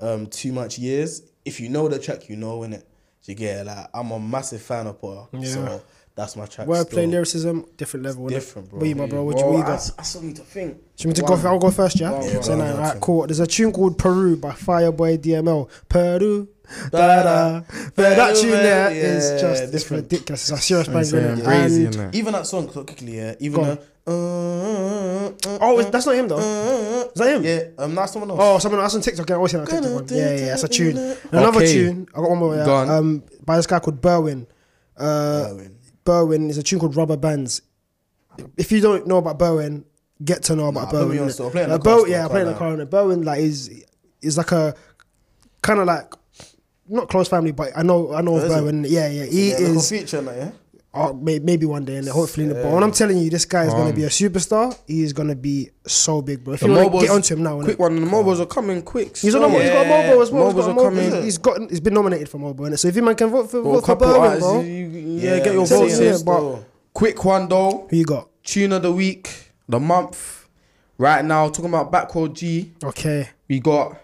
Speaker 2: um, Too Much Years. If you know the track, you know in it. Do you get it? Like, I'm a massive fan of Potter.
Speaker 1: Yeah.
Speaker 2: So that's my track.
Speaker 1: Wordplay,
Speaker 2: still.
Speaker 1: lyricism, different level. innit?
Speaker 2: different, bro.
Speaker 1: What you, my bro? What
Speaker 3: Bro,
Speaker 1: you, what you
Speaker 3: I,
Speaker 1: got?
Speaker 3: s- I still need to think.
Speaker 1: Should we go?
Speaker 3: One.
Speaker 1: I'll go first, yeah.
Speaker 3: Wow,
Speaker 1: so
Speaker 2: wow,
Speaker 1: now,
Speaker 2: wow.
Speaker 1: right, cool. There's a tune called Peru by Fireboy DML. Peru, da da. But that
Speaker 2: Peru,
Speaker 1: tune there
Speaker 2: yeah,
Speaker 1: is just it's
Speaker 2: different.
Speaker 1: ridiculous. It's a serious
Speaker 3: It's,
Speaker 1: bang.
Speaker 3: um,
Speaker 1: innit?
Speaker 3: crazy,
Speaker 1: And-
Speaker 3: innit?
Speaker 2: Even that song, quickly, yeah.
Speaker 1: Go
Speaker 2: Even
Speaker 1: on.
Speaker 2: the. Uh,
Speaker 1: Oh, is- that's not him though.
Speaker 2: Is
Speaker 1: that him?
Speaker 2: Yeah, um, that's someone else.
Speaker 1: Oh, someone else on TikTok. I always hear that TikTok one. Yeah, yeah, that's a tune. And Another
Speaker 3: Okay.
Speaker 1: tune. I got one more. Yeah.
Speaker 3: Go on.
Speaker 1: Um, by this guy called Berwin. Uh,
Speaker 2: Erwin.
Speaker 1: Berwin is a tune called Rubber Bands. If you don't know about Berwin, get to know
Speaker 2: Nah,
Speaker 1: about
Speaker 2: put me
Speaker 1: Berwin.
Speaker 2: on
Speaker 1: innit?
Speaker 2: still. I'm playing
Speaker 1: Like,
Speaker 2: the car
Speaker 1: Berwin-
Speaker 2: still,
Speaker 1: yeah, I play in the
Speaker 2: can't
Speaker 1: car. innit? Berwin like is is like a kind of like not close family, but I know I know of
Speaker 2: is it?
Speaker 1: Berwin. Yeah, yeah, he
Speaker 2: yeah,
Speaker 1: is.
Speaker 2: feature now, yeah.
Speaker 1: Oh, may, maybe one day, and hopefully, but when I'm telling you, this guy is going
Speaker 3: Um,
Speaker 1: to be a superstar. He is going to be so big, bro. If
Speaker 3: The
Speaker 1: you want to
Speaker 3: mobiles-
Speaker 1: get onto him now, innit?
Speaker 3: Quick one, the mobiles are coming quick.
Speaker 1: He's,
Speaker 3: so-
Speaker 1: on, he's got a
Speaker 2: Yeah.
Speaker 1: Mobo as well. He's got,
Speaker 3: Mobiles
Speaker 1: a
Speaker 3: are
Speaker 1: Mobo.
Speaker 3: coming.
Speaker 1: He's- he's got he's been nominated for Mobo, innit? so if you man can vote for
Speaker 3: Well,
Speaker 1: vote for
Speaker 3: couple
Speaker 1: Berwin,
Speaker 3: artists,
Speaker 1: bro,
Speaker 3: you- you- yeah, get your
Speaker 1: Tell
Speaker 3: votes
Speaker 1: you,
Speaker 3: in.
Speaker 1: yeah, but-
Speaker 3: Quick one though.
Speaker 1: who you got?
Speaker 3: Tune of the week, the month. Right now, talking about backward G,
Speaker 1: Okay,
Speaker 3: we got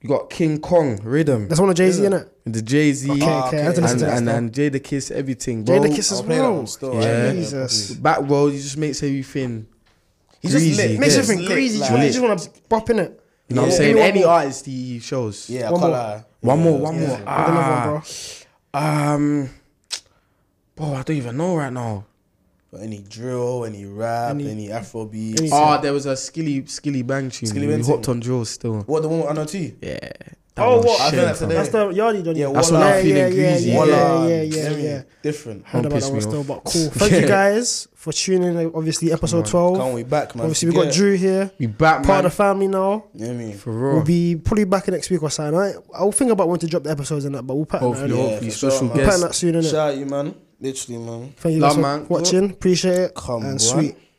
Speaker 3: we got King Kong rhythm,
Speaker 1: that's one of Jay Z, innit?
Speaker 3: the Jay Z,
Speaker 1: Okay,
Speaker 2: Ah,
Speaker 1: okay,
Speaker 2: okay.
Speaker 1: I have to listen
Speaker 3: and
Speaker 1: to that
Speaker 3: and,
Speaker 1: stuff.
Speaker 3: and Jay the Kiss, everything,
Speaker 1: Jay the
Speaker 3: bro.
Speaker 1: Kiss as
Speaker 2: I'll play that
Speaker 1: well.
Speaker 2: one still.
Speaker 3: Yeah.
Speaker 1: Jesus.
Speaker 3: Backward, he just makes everything.
Speaker 2: He's just
Speaker 3: greasy,
Speaker 2: lit.
Speaker 1: Makes
Speaker 2: Yeah.
Speaker 1: you
Speaker 3: yes.
Speaker 1: think
Speaker 2: Lit,
Speaker 1: crazy.
Speaker 2: like-
Speaker 1: You just want to bop in it.
Speaker 3: You know what I'm
Speaker 2: Yeah.
Speaker 3: saying?
Speaker 1: Anyone-
Speaker 3: Any artist he shows.
Speaker 2: Yeah,
Speaker 1: One
Speaker 2: one
Speaker 1: more.
Speaker 2: more.
Speaker 3: One more, one more.
Speaker 1: Another one, bro.
Speaker 3: Ah, um, bro, I don't even know right now.
Speaker 2: But any drill, any rap, any, Afrobeat.
Speaker 1: any-
Speaker 3: Ah, there was a skilly skilly bang tune.
Speaker 2: Skilly
Speaker 3: we
Speaker 2: Bang
Speaker 3: hopped
Speaker 2: tune.
Speaker 3: on drills still.
Speaker 2: what the one with Anoti?
Speaker 3: Yeah. that
Speaker 1: Oh,
Speaker 3: was
Speaker 1: what? I
Speaker 2: think
Speaker 3: shit,
Speaker 2: that's
Speaker 3: fam.
Speaker 2: the-
Speaker 1: That's the Yardi done.
Speaker 2: Yeah,
Speaker 3: That's
Speaker 2: Walla.
Speaker 3: when
Speaker 1: Yeah,
Speaker 3: I'm feeling
Speaker 1: yeah,
Speaker 3: greasy.
Speaker 1: yeah,
Speaker 2: Walla.
Speaker 1: yeah, yeah, yeah,
Speaker 2: Feel me?
Speaker 1: yeah.
Speaker 2: Different.
Speaker 1: Heard
Speaker 3: Don't
Speaker 1: about
Speaker 3: piss
Speaker 1: that
Speaker 3: me
Speaker 1: one still,
Speaker 3: off.
Speaker 1: but cool. Thank you guys for tuning in. Obviously, episode
Speaker 2: Can't
Speaker 1: 12.
Speaker 2: we back, man?
Speaker 1: Oh, Obviously, we've got Drew here,
Speaker 3: We back, man.
Speaker 1: part of the family now.
Speaker 2: You know what I mean?
Speaker 3: For
Speaker 1: We'll
Speaker 3: real.
Speaker 1: be probably back next week or something. right? I'll think about when to drop the episodes and that, but we'll pattern that.
Speaker 3: Hopefully,
Speaker 1: innit?
Speaker 2: Yeah,
Speaker 3: hopefully,
Speaker 2: for sure,
Speaker 3: special
Speaker 2: man.
Speaker 1: We'll pattern
Speaker 3: guest.
Speaker 1: that soon, innit?
Speaker 2: Shout out you, man. Literally, man.
Speaker 1: Thank you
Speaker 3: Love,
Speaker 1: guys for
Speaker 3: man.
Speaker 1: watching. Appreciate it.
Speaker 2: Come
Speaker 1: and
Speaker 2: on.
Speaker 1: sweet.